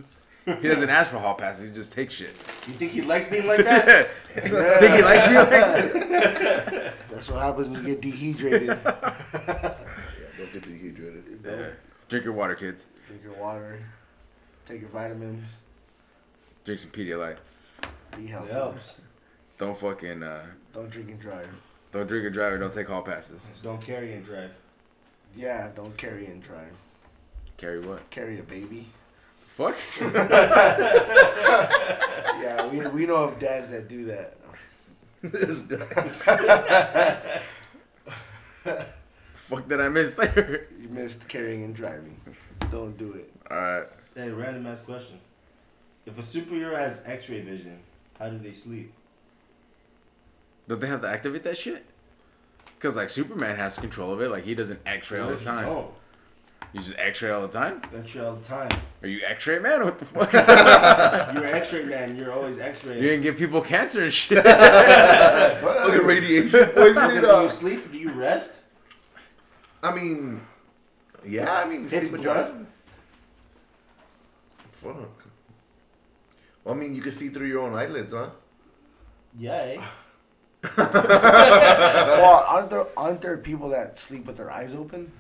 C: He doesn't ask for hall passes. He just takes shit.
A: You think he likes being like that?
C: Think he likes me like that?
D: That's what happens when you get dehydrated.
B: Yeah, don't get dehydrated.
C: Yeah. Drink your water, kids.
D: Drink your water. Take your vitamins.
C: Drink some Pedialyte.
D: Be healthy.
A: It helps.
C: Don't fucking. Uh,
D: Don't drink and drive.
C: don't drink and drive. and Don't take hall passes.
A: Don't carry and drive.
D: Yeah, don't carry and drive.
C: Carry what?
D: Carry a baby.
C: Fuck.
D: Yeah, we, we know of dads that do that.
B: this guy.
C: Fuck that I missed there.
D: You missed carrying and driving. Don't do it.
C: Alright.
A: Hey, random ass question. If a superhero has x ray vision, how do they sleep?
C: Don't they have to activate that shit? Cause like Superman has control of it. Like he doesn't X-ray all
A: What if
C: the
A: you
C: time.
A: don't?
C: You just X-ray all the time.
A: X ray all the time.
C: Are you X-ray man? What the fuck?
A: You're an x ray man. You're always x
C: you
A: ray.
C: didn't give people cancer and shit.
B: Fucking radiation poisoning.
A: Do you
B: dog.
A: sleep? Do you rest?
B: I mean, yeah. I mean, you
A: It's
B: sleep with your
A: blood.
B: eyes. Fuck. Well, I mean, you can see through your own eyelids, huh?
A: Yeah, eh?
D: Well, aren't there aren't there people that sleep with their eyes open?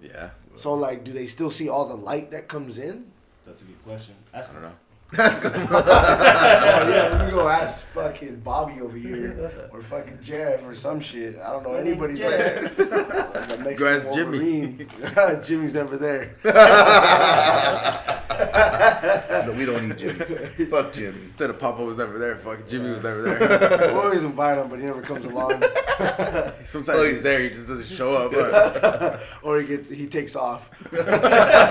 C: yeah.
D: So like, do they still see all the light that comes in?
A: That's a good question. Ask
C: I
A: him.
C: don't know.
B: That's good.
D: Oh yeah, let me go ask fucking Bobby over here or fucking Jeff or some shit. I don't know anybody there. that makes
C: Go ask
D: Jimmy. Jimmy's never there.
B: no, we don't need Jimmy. Fuck Jimmy.
C: Instead of Papa was never there. Fuck Jimmy was never there.
D: We always invite him, but he never comes along,
C: Sometimes
B: Oh,
C: he's
B: yeah.
C: there. He just doesn't show up. But
D: or he gets he takes off.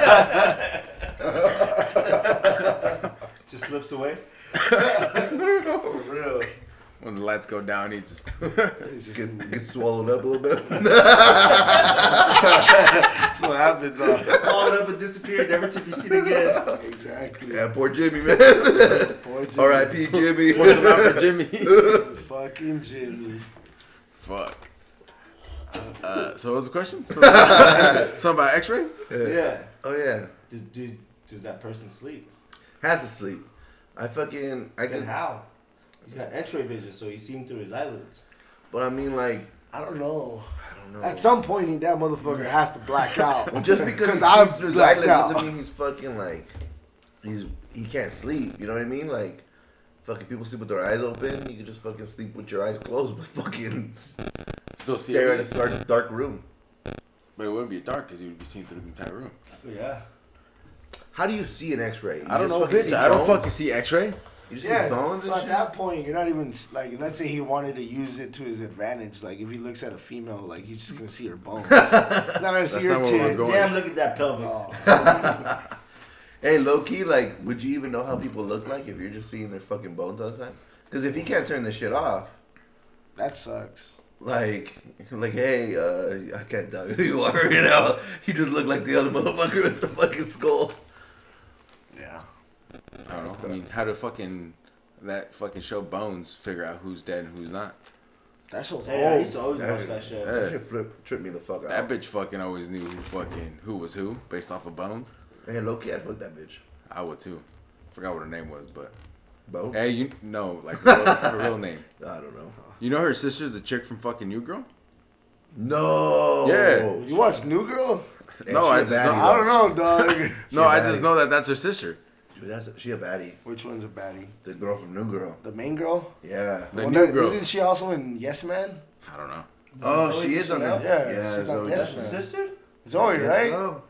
A: Just slips away.
D: For real,
C: when the lights go down, he just
D: it's just
B: Get, get swallowed up a little bit.
D: that's what happens. uh,
A: Swallowed up and disappeared, never to be seen again.
D: exactly.
B: yeah, poor Jimmy, man.
D: Poor Jimmy.
B: R.I.P. Jimmy.
C: pours him out for Jimmy.
D: Fucking Jimmy.
C: Fuck. Uh, so what was the question? Something about, something about X-rays?
A: Yeah.
B: Oh yeah,
A: Does, do, does that person sleep?
B: has to sleep. I fucking I
A: Then
B: can.
A: how? He's got x ray vision, so he's seeing through his eyelids.
B: But I mean, like,
D: I don't know.
B: I don't know.
D: At some point, he, that motherfucker has to black out.
B: Well, just because he
D: I'm
B: sees through his
D: blacked
B: eyelids
D: out.
B: doesn't mean he's fucking like he's he can't sleep. You know what I mean? Like fucking people sleep with their eyes open. You can just fucking sleep with your eyes closed, but fucking s-
C: Still see
B: stare at a
C: everything?
B: dark, dark room.
C: But it wouldn't be dark because you would be seen through the entire room.
A: Yeah.
B: How do you see an X-ray? You
C: I don't
B: just
C: know,
B: fucking
C: bitch.
B: see
C: I don't
B: bones?
C: fucking see X-ray.
B: You just
D: Yeah.
B: see bones
D: so
B: and
D: at
B: shit.
D: that point, you're not even like. Let's say he wanted to use it to his advantage. Like if he looks at a female, like he's just gonna see her bones. he's not gonna
C: not
D: see her Oh,
C: where we're
D: tit.
C: going.
A: Damn, look at that pelvic.
B: Hey, low key, like, would you even know how people look like if you're just seeing their fucking bones all the time? Because if he can't turn this shit off,
D: That sucks.
B: like, like, hey, uh, I can't tell who you are, you know? You just look like the other motherfucker with the fucking skull.
D: Yeah.
C: I don't know. I mean, how do fucking that fucking show Bones figure out who's dead and who's not?
D: That show's
A: Hey, I
D: old.
A: used to always watch that show.
C: Yeah.
B: That shit flip, tripped me the fuck
C: That
B: out.
C: bitch fucking always knew who fucking who was who based off of Bones.
B: Hey, low key, I'd fuck that bitch.
C: I would too. Forgot what her name was, but
B: Bone?
C: hey, you no like her real, her real name.
B: I don't know.
C: You know her sister's the chick from fucking New Girl.
B: No!
C: Yeah.
D: You watch New Girl?
B: Hey,
C: No,
B: she
C: I
B: a
C: just
B: baddie,
C: know-
B: though.
D: I don't know, dog.
C: No,
B: She a
C: I
B: baddie.
C: just know that that's her sister.
B: Dude, that's she a baddie.
D: Which one's a baddie?
B: The girl from New Girl.
D: The main girl?
B: Yeah.
C: The
D: Well,
C: new
D: no,
C: girl.
D: Isn't she also in Yes Man?
C: I don't know.
B: Oh,
A: Zoe
B: she is on
A: Deschanel?
B: that.
D: Yeah, she's on
B: Zoe
D: Yes
A: That's
B: Deschanel.
A: your
D: Man.
A: sister?
D: Zoe,
B: Guess
D: right?
B: so.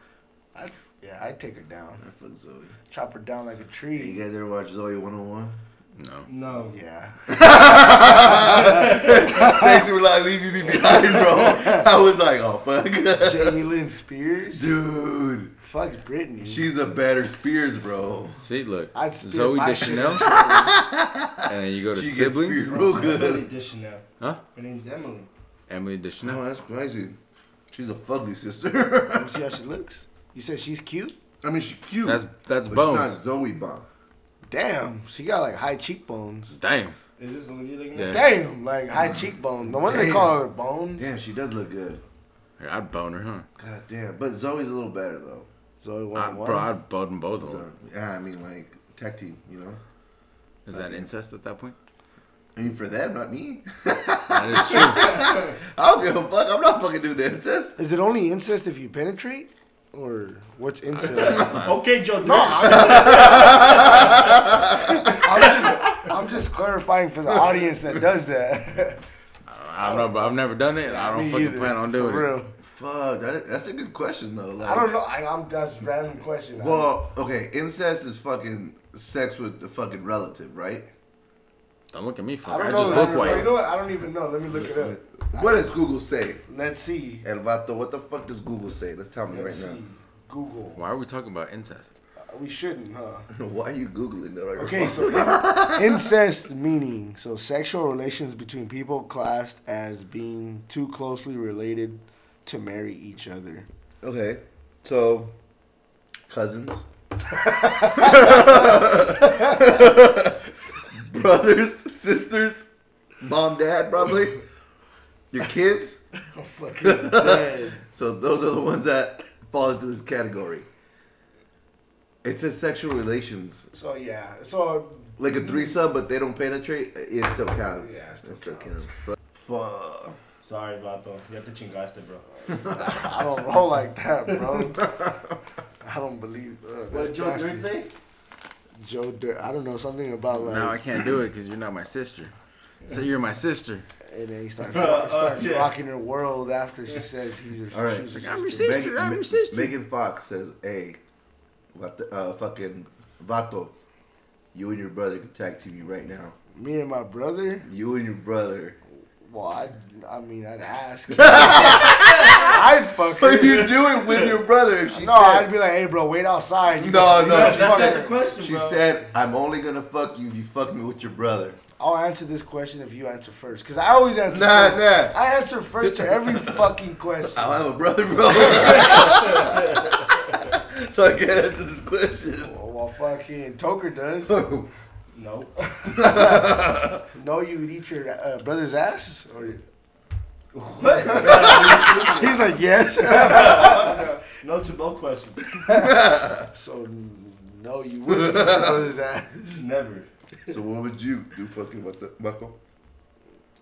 D: I'd, yeah, I'd take her down.
B: I fuck Zoe.
D: Chop her down like a
B: Hey, you
D: tree.
B: guys ever watch Zoe 101?
C: No.
A: No.
D: Yeah.
B: Thanks for like leaving me behind, bro. I was like, oh fuck,
D: Jamie Lynn Spears?
B: dude,
D: Fuck Britney.
B: she's a better Spears, bro.
C: See, look,
D: I'd spear
C: Zoe
D: my
C: Deschanel,
D: shit.
C: and then you go to
B: She gets
C: siblings,
B: speared real
A: Emily
B: good.
A: Deschanel.
C: huh?
A: Her name's Emily.
C: Emily Deschanel.
B: No, that's crazy. She's a fugly sister.
D: You see how she looks? You said she's cute?
B: I mean, she's cute.
C: That's that's
B: but
C: Bones.
B: She's not Zoe Bomb.
D: Damn, she got like high cheekbones.
C: Damn.
A: Is this the one you're looking
C: Yeah.
A: at?
D: Damn, like high cheekbones. No wonder they
B: Damn.
D: call her bones.
B: Damn, she does look good.
C: Here, I'd bone her, huh?
B: God damn, but Zoe's a little better though.
D: Zoe
C: I,
D: 101.
C: Uh, bro, I'd bone them both of
B: So,
C: them.
B: yeah, I mean, like tech team, you know.
C: Is that incest at that point?
B: I mean, for them, not me.
C: That is true.
B: I don't give a fuck. I'm not fucking doing the incest.
D: Is it only incest if you penetrate? Or what's incest?
A: Okay, Joe.
D: No,
A: No.
D: I'm just, I'm just, I'm just clarifying for the audience that does that.
C: I don't know, but I've never done it. and I don't
D: Me
C: fucking
D: either,
C: plan on
D: for
C: doing it.
D: real.
B: Fuck, that, that's a good question though. Like,
D: I don't know. I, I'm that's a random question. I-
B: Well, okay, incest is fucking sex with the fucking relative, right?
C: Don't look at me,
D: I
C: fuck. I,
D: don't know.
C: just
D: I
C: look
D: don't know. You
C: white.
D: know what? I don't even know. Let me look it up.
B: What does Google say?
D: Let's see.
B: El Vato, what the fuck does Google say? Let's tell me
D: Let's
B: right
D: see. Google.
C: Why are we talking about incest?
D: Uh, We shouldn't, huh?
B: now. Why are you Googling that? Right
D: Okay, so incest meaning so sexual relations between people classed as being too closely related to marry each other.
B: Okay, so cousins. Brothers, sisters, mom, dad, probably. Your kids.
D: I'm fucking dead.
B: So those are the ones that fall into this category. It says sexual relations.
D: So yeah. So
B: Like a threesome, but they don't penetrate, it still counts.
D: Yeah, it still
B: counts. Fuck.
A: Sorry, Vato. You have to chingaste, bro.
D: I don't roll like that, bro. I don't believe. Uh, that's
A: What Joe
D: nasty.
A: Dirt say?
D: Joe Dirt. I don't know something about like.
C: No, I can't do it because you're not my sister. So you're my sister.
D: and then he starts,
A: Uh,
D: starts
A: yeah.
D: rocking her world after she says he's her.
B: All right.
D: she's her
C: I'm
D: sister.
C: your sister. I'm your sister.
B: Megan Fox says, hey, what the, uh, fucking Vato, you and your brother can tag team you right now.
D: Me and my brother.
B: You and your brother.
D: Well, I, I mean, I'd ask. I'd fuck her.
B: But you do it with your brother. She
D: no,
B: said,
D: I'd be like, hey, bro, wait outside. You
B: No,
D: can-
B: no,
D: you
A: That's
D: can fuck
A: not the
D: her."
A: question,
B: she
A: bro.
B: said, I'm only going to fuck you if you fuck me with your brother.
D: I'll answer this question if you answer first, cause I always answer.
B: Nah,
D: first.
B: nah.
D: I answer first to every fucking question.
B: I don't have a brother, bro. so I can't answer this question.
D: Well, well, fucking Toker does.
A: No.
D: No, you would eat your uh, brother's ass? Or
A: What?
D: he's like, yes.
A: no to both questions.
D: so no, you wouldn't eat your brother's ass.
A: Never.
B: So what would you do fucking with the Buckle?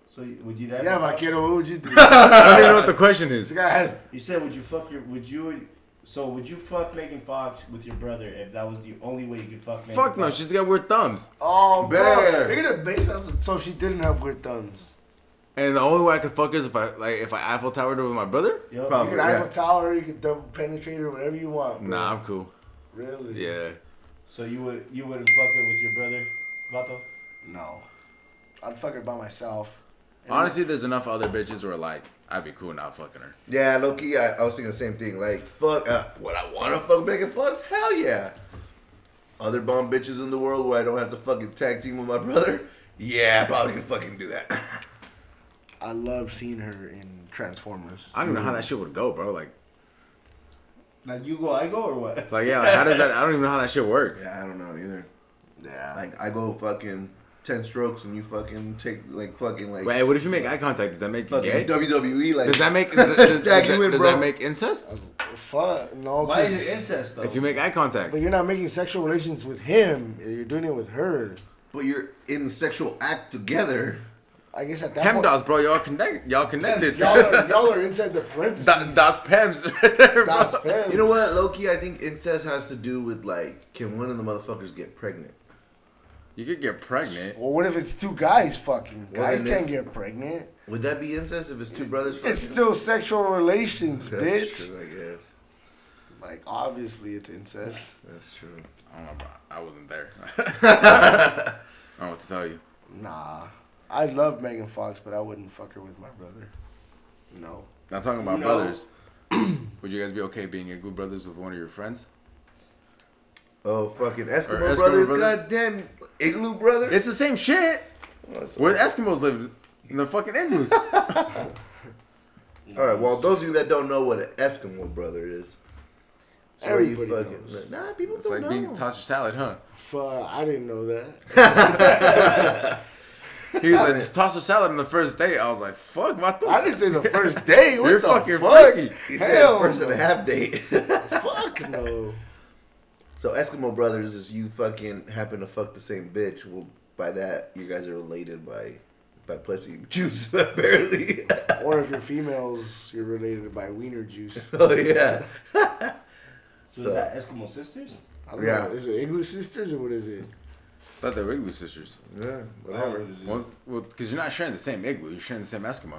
A: So you- would you that?
D: Yeah, my kiddo, what would you do?
C: I don't even know what the question is.
D: This guy has.
A: You said would you fuck your? Would you? So would you fuck Megan Fox with your brother if that was the only way you could fuck Megan?
C: Fuck no,
A: Fox?
C: she's got weird thumbs.
D: Oh, bro,
B: Bear.
D: you're gonna base it off. of- So she didn't have good thumbs.
C: And the only way I could fuck her is if I like if I Eiffel towered her with my brother.
A: Yup.
D: You
B: Probably.
D: can
B: Oh, Yeah.
D: Eiffel Tower, you can double penetrate her, whatever you want. Bro.
C: Nah, I'm cool.
D: Really?
C: Yeah,
A: So you would you wouldn't fuck her with your brother? Vato?
D: No. I'd fuck her by myself. And
C: Honestly, there's enough other bitches where like I'd be cool not fucking her.
B: Yeah, low key, I, I was thinking the same thing. Like, fuck, uh, what I want to fuck Megan Fox? Hell yeah. Other bomb bitches in the world where I don't have to fucking tag team with my brother? Yeah, I probably can fucking do that.
D: I love seeing her in Transformers.
C: I don't even know how that shit would go, bro. Like,
A: Like you go, I go, or what?
C: like yeah, like, how does that? I don't even know how that shit works.
B: yeah, I don't know either.
D: Yeah.
B: Like, I go fucking 10 strokes and you fucking take, like, fucking, like,
C: Wait, what if you make eye contact? Does that make you
B: fucking
C: gay?
B: WWE, like,
C: Does that make does, does, does,
B: Tag you in,
C: that, does
B: bro.
C: that make incest?
D: fuck no.
A: Why
D: 'cause-
A: is it incest though?
C: If you make eye contact,
D: But you're not making sexual relations with him. You're doing it with her.
B: but you're in sexual act together.
D: I guess at that
C: Pem
D: point,
C: dots, bro. Y'all connect. Y'all connected.
D: y'all, are, y'all are inside the parentheses.
C: Da- Das Pems. right there, bro.
D: That's Pem.
B: You know what, Loki? I think incest has to do with, like, can one of the motherfuckers get pregnant?
C: You could get pregnant.
D: Well, what if it's two guys fucking?
B: Well,
D: guys
B: then
D: can't
B: they-
D: get pregnant.
B: Would that be incest if it's two brothers?
D: It's
B: fucking?
D: still sexual relations,
B: That's
D: bitch.
B: true, I guess.
D: Like obviously it's incest.
B: That's true.
C: I don't know, bro. I wasn't there. I don't know what to tell you.
D: Nah, I love Megan Fox, but I wouldn't fuck her with my brother. No,
C: Not talking about
A: No.
C: brothers. Would you guys be okay being good brothers with one of your friends?
B: Oh fucking
C: Or
B: Eskimo,
C: Eskimo
B: brothers,
C: brothers.
B: goddamn igloo brother.
C: It's the same shit.
B: That's-
C: Where the Eskimos live in the fucking igloos.
B: All right, well, those of you that don't know what an Eskimo brother is, so where you
D: Everybody
B: fucking
D: knows.
B: nah, people
C: It's
B: don't
C: like being
B: know.
C: tossed your salad, huh?
D: fuck, I didn't know that.
C: He was like, "Just toss your salad on the first day. I was like, fuck, my
D: I
C: thought.
D: didn't say the first day. What
C: You're
D: the
C: fucking
D: fuck?
C: freaky.
B: He said
D: Hell,
B: first and a
D: no.
B: half date.
D: fuck no.
B: so Eskimo brothers is you fucking happen to fuck the same bitch. Well, by that you guys are related by by pussy juice apparently.
D: Or if you're females, you're related by wiener juice.
B: oh yeah.
A: so is that Eskimo sisters?
D: I don't
B: Yeah.
D: know. Is it English sisters or what is it?
C: thought they were igloo sisters.
B: Yeah,
C: Well, well, because you're not sharing the same igloo. You're sharing the same Eskimo.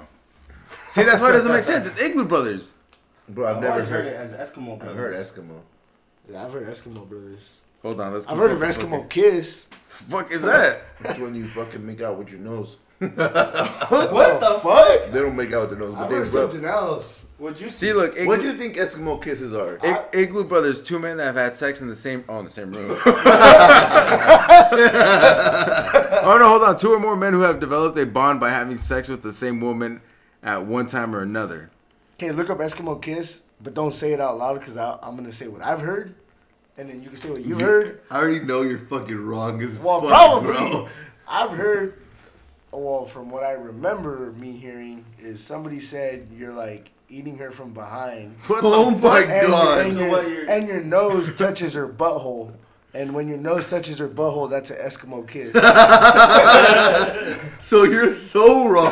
C: See, that's why it doesn't make sense. It's igloo brothers.
B: Bro,
A: I've,
B: I've never
A: always
B: heard.
A: heard it as Eskimo
B: I've heard
A: brothers.
B: Eskimo.
D: Yeah, I've heard Eskimo brothers.
C: Hold on, let's.
D: I've
C: keep
D: heard of
C: fucking-
D: Eskimo kiss.
C: Fuck is that?
B: That's when you fucking make out with your nose.
A: What the fuck?
B: They don't make out with their nose, but
D: I've
B: they
D: heard
B: rub.
D: something else.
A: Would you
C: See,
A: see?
C: look, igloo,
B: What do you think Eskimo kisses are?
C: Ig- igloo brothers, two men that have had sex in the same, oh, in the same room. oh no, hold on, two or more men who have developed a bond by having sex with the same woman at one time or another.
D: Okay, look up Eskimo kiss, but don't say it out loud because I'm gonna say what I've heard, and then you can say what you've heard.
B: I already know you're fucking wrong as
D: Well,
B: fuck,
D: probably.
B: bro.
D: I've heard. Well, from what I remember me hearing is somebody said you're like eating her from behind,
C: What
B: Oh
C: the
B: my
D: and, and,
B: god.
A: So
D: your,
A: what you're-
D: and your nose touches her butthole. And when your nose touches her butthole, that's an Eskimo kiss.
B: So you're so wrong.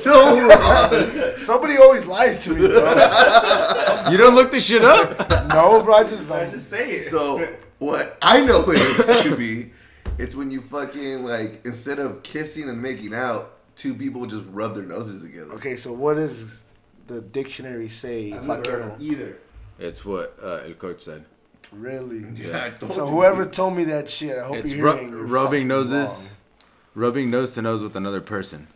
B: so wrong.
D: Somebody always lies to me, bro.
C: fuck? You don't look this shit up?
D: No, bro, I just,
A: I just say it.
B: So what I know it is to be, it's when you fucking like instead of kissing and making out, two people just rub their noses together.
D: Okay, so what does the dictionary say?
A: I've never heard of
D: Vaquero?
A: either.
C: It's what uh, El Coach said.
D: Really?
B: Yeah, I told
D: So
B: you.
D: whoever told me that shit, I hope
C: It's
D: you're
C: ru-
D: hearing. you're
C: rubbing
D: fucking
C: noses, rubbing nose to nose with another person.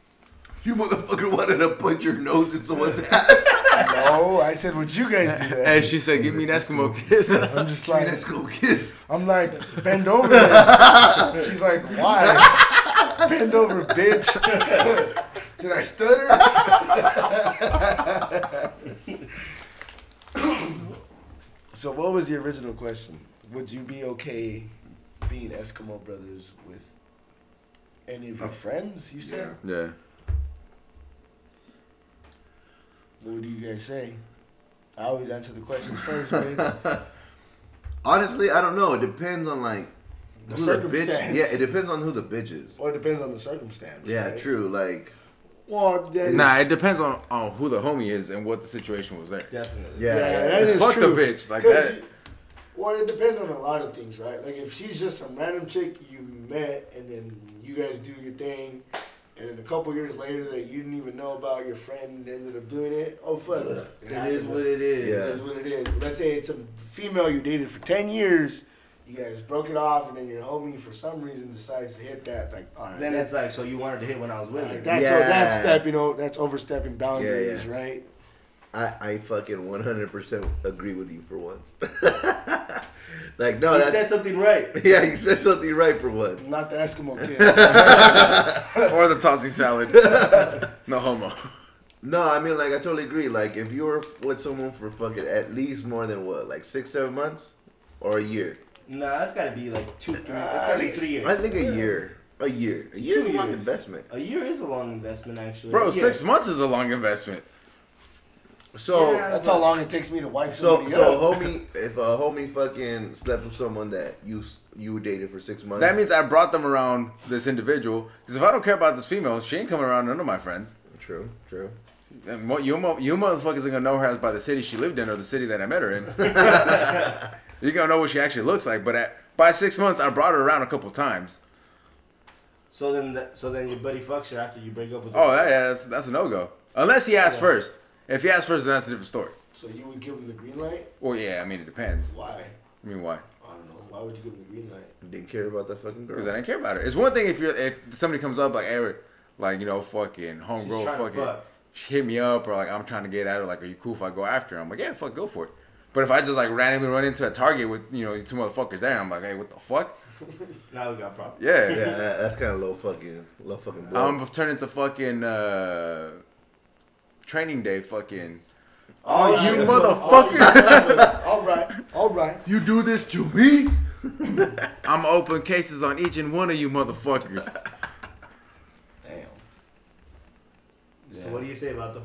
B: you motherfucker wanted to put your nose in someone's ass.
D: wrong. No, I said, would you guys do
C: And
D: that?
C: she said, "Give me an Eskimo kiss."
D: I'm just
B: I mean,
D: like,
B: that's cool kiss.
D: I'm like, bend over. then." She's like, why? Bend over, bitch. Did I stutter? so, what was the original question? Would you be okay being Eskimo brothers with any of your friends? You said.
C: yeah.
D: What do you guys say? I always answer the questions first, bitch.
B: Honestly, I don't know. It depends on like
D: The
B: who the bitch.
D: circumstance.
B: Yeah, it depends on who the bitch is.
D: or it depends on the circumstance.
B: Yeah,
D: right?
B: true. Like
D: Well, that
C: Nah,
D: is-
C: it depends on, on who the homie is and what the situation was there.
A: Definitely.
B: yeah,
D: yeah,
B: yeah,
D: that
C: Just
D: is
C: fuck the
D: true.
C: bitch, like
D: 'Cause
C: that.
D: you- Well, it depends on a lot of things, right? Like if she's just some random chick you met, and then you guys do your thing, and then a couple years later that you didn't even know about, your friend ended up doing it. Oh fuck!
A: It is what it is.
B: Yeah.
D: That's what it is. Let's say it's a female you dated for ten years. You guys broke it off, and then your homie for some reason decides to hit that. Like, all right,
A: Then it's
D: that's
A: like, so you wanted to hit when I was with
D: like,
A: you.
D: that's
B: Yeah.
D: that's stepping. o that's overstepping boundaries,
B: yeah.
D: right?
B: I, I fucking 100% agree with you for once. like, no,
A: he
B: that's.
A: said something right.
B: yeah, you said something right for once.
D: It's not the Eskimo kiss.
C: or the tossing salad. no homo.
B: No, I mean, like, I totally agree. Like, if you were with someone for fucking at least more than what, like six, seven months? Or a year?
A: Nah, that's gotta be like two, three.
D: Uh,
A: It's
D: at
A: gotta be
D: least-
A: three
B: I
A: years.
B: think a year. A year. A year is a
A: Two
B: long
A: years.
B: investment.
A: A year is a long investment, actually.
C: Bro,
A: Yeah.
C: six months is a long investment.
B: So,
A: Yeah.
D: that's how long it takes me to wipe
B: so,
D: somebody up.
B: so, homie, if a homie fucking slept with someone that you s- you dated for six months,
C: That means I brought them around this individual. Because if I don't care about this female, she ain't coming around none of my friends.
B: true, true.
C: And what you, mo- you motherfuckers are gonna know her as by the city she lived in or the city that I met her in. You're gonna know what she actually looks like. But at, by six months, I brought her around a couple times.
A: So then, that, so then your buddy fucks her after you break up with. her.
C: Oh, yeah, yeah, that's, that's a no go. Unless he asks first. If he asks first, then that's a different story.
D: So you would give him the green light?
C: Well, yeah, I mean, it depends.
D: Why?
C: I mean, why?
D: I don't know. Why would you give him the green light?
B: Didn't care about that fucking girl.
C: Because I didn't care about her. It's one thing if you're if somebody comes up like Eric, like you know, fucking
A: trying
C: homegirl,
A: to
C: fucking
A: fuck.
C: she hit me up or like I'm trying to get at her. Like, are you cool if I go after her? I'm like, yeah, fuck, go for it. But if I just like randomly run into a Target with you know two motherfuckers there, I'm like, hey, what the fuck?
A: Now we got problems.
C: Yeah,
B: yeah, that, that's kind of low fucking, low fucking. blow.
C: I'm turning to fucking uh, training day, fucking.
D: All
C: Oh,
D: right.
C: you
D: All
C: motherfucker!
D: right. All right. All right.
B: you do this to me?
C: I'm open cases on each and one of you motherfuckers.
D: Damn.
A: So what do you say about them?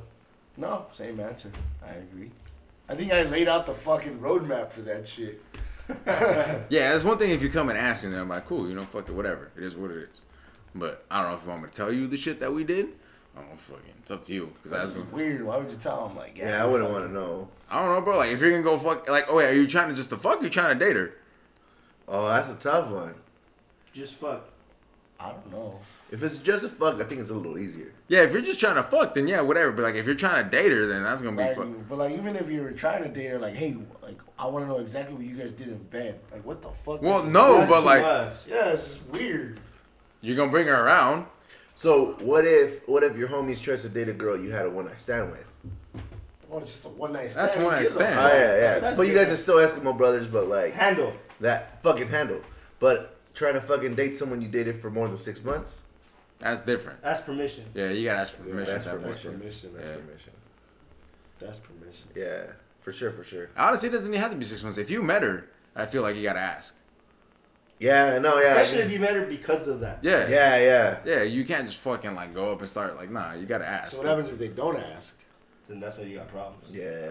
D: No, same answer. I agree. I think I laid out the fucking roadmap for that shit.
C: Yeah, it's one thing if you come and ask me, then I'm like, cool, you know, fuck it, whatever. It is what it is. But I don't know if I'm gonna tell you the shit that we did. I don't fucking. It's up to you. Cause I,
D: That's weird. Why would you tell him like?
B: Yeah, I wouldn't want to know.
C: I don't know, bro. Like, if you're gonna go fuck, like, oh yeah, are you trying to just to fuck? Or you trying to date her?
B: Oh, that's a tough one.
A: Just fuck.
D: I don't know.
B: If it's just a fuck, I think it's a little easier.
C: Yeah, if you're just trying to fuck, then yeah, whatever. But like, if you're trying to date her, then that's gonna be
D: Like,
C: fuck.
D: but like, even if you were trying to date her, like, hey, like, I want to know exactly what you guys did in bed. Like, what the fuck?
C: Well,
D: This is-
B: Oh,
C: no,
A: That's
C: but
A: too
C: like,
A: much.
D: Yeah, this is weird.
C: you're gonna bring her around.
B: So what if what if your homies tries to date a girl you had a one night stand with?
D: Well, it's just oh, a one night stand.
C: That's one
D: Who
C: night
D: gives a
C: stand.
B: Oh
D: fuck?
B: yeah, yeah.
A: That's
B: but you
A: good.
B: guys are still Eskimo brothers, but like
A: handle.
B: that fucking handle. But trying to fucking date someone you dated for more than six months.
C: That's different.
A: That's permission.
C: Yeah, you gotta ask for permission.
B: that's
C: at that
B: permission.
C: point.
D: Permission. That's,
C: Yeah.
B: Permission.
D: that's permission.
B: Yeah, for sure, for sure.
C: Honestly, it doesn't even have to be six months. If you met her, I feel like you gotta ask.
B: Yeah, no, yeah,
A: Especially if you met her because of that.
C: Yeah.
B: yeah, yeah.
C: Yeah, you can't just fucking like go up and start like, nah, you gotta ask.
D: So what happens if they don't ask?
A: Then that's when you got problems.
B: Yeah.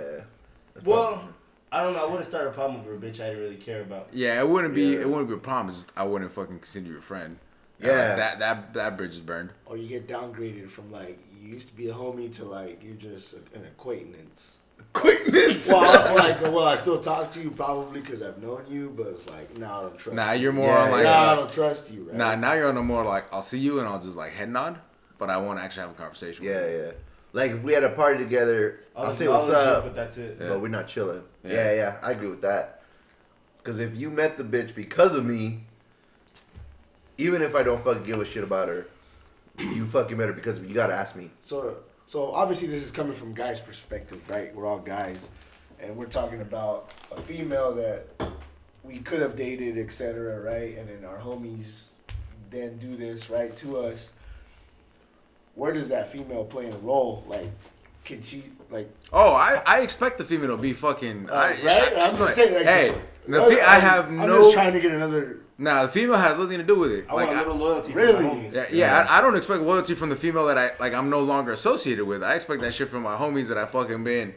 B: That's
A: Well, I don't know. I wouldn't start a problem for a bitch I didn't really care about.
C: Yeah, it wouldn't be
B: Yeah.
C: it wouldn't be a problem. It's just I wouldn't fucking consider you a friend. Uh,
B: Yeah.
C: that that that bridge is burned.
D: Or you get downgraded from like you used to be a homie to like you're just an acquaintance.
B: quickness.
D: Well, I, well, like, well, I still talk to you probably because I've known you, but it's like, nah, I don't trust.
C: Nah,
D: you.
C: you're more
B: Yeah,
C: on
D: Nah,
C: like
D: I
C: nah,
D: don't trust you. Right?
C: now you're on a more like I'll see you and I'll just like head nod, but I won't actually have a conversation.
B: Yeah,
C: with you.
B: yeah. Like if we had a party together, I'll, say what's
A: acknowledge it,
B: up,
A: but that's it.
B: but we're not chilling.
C: Yeah.
B: Yeah. yeah, I agree with that. Because if you met the bitch because of me, even if I don't fucking give a shit about her, you fucking met her because of me. You gotta ask me.
D: So, so obviously this is coming from guys' perspective, right? We're all guys, and we're talking about a female that we could have dated, etc., right? And then our homies then do this right to us. Where does that female play a role? Like, can she like?
C: Oh, I, I expect the female to be fucking
D: Uh,
C: I,
D: right?
C: I,
D: I'm just saying. Like,
C: hey,
D: just-
C: the fe- I
D: I'm-
C: have
D: I'm
C: no.
D: just trying to get another.
C: nah, the female has nothing to do with it.
A: I
C: like
A: want a little loyalty. from
D: Really?
A: my homies.
C: yeah, yeah, I, I don't expect loyalty from the female that I like. I'm no longer associated with. I expect that shit from my homies that I fucking been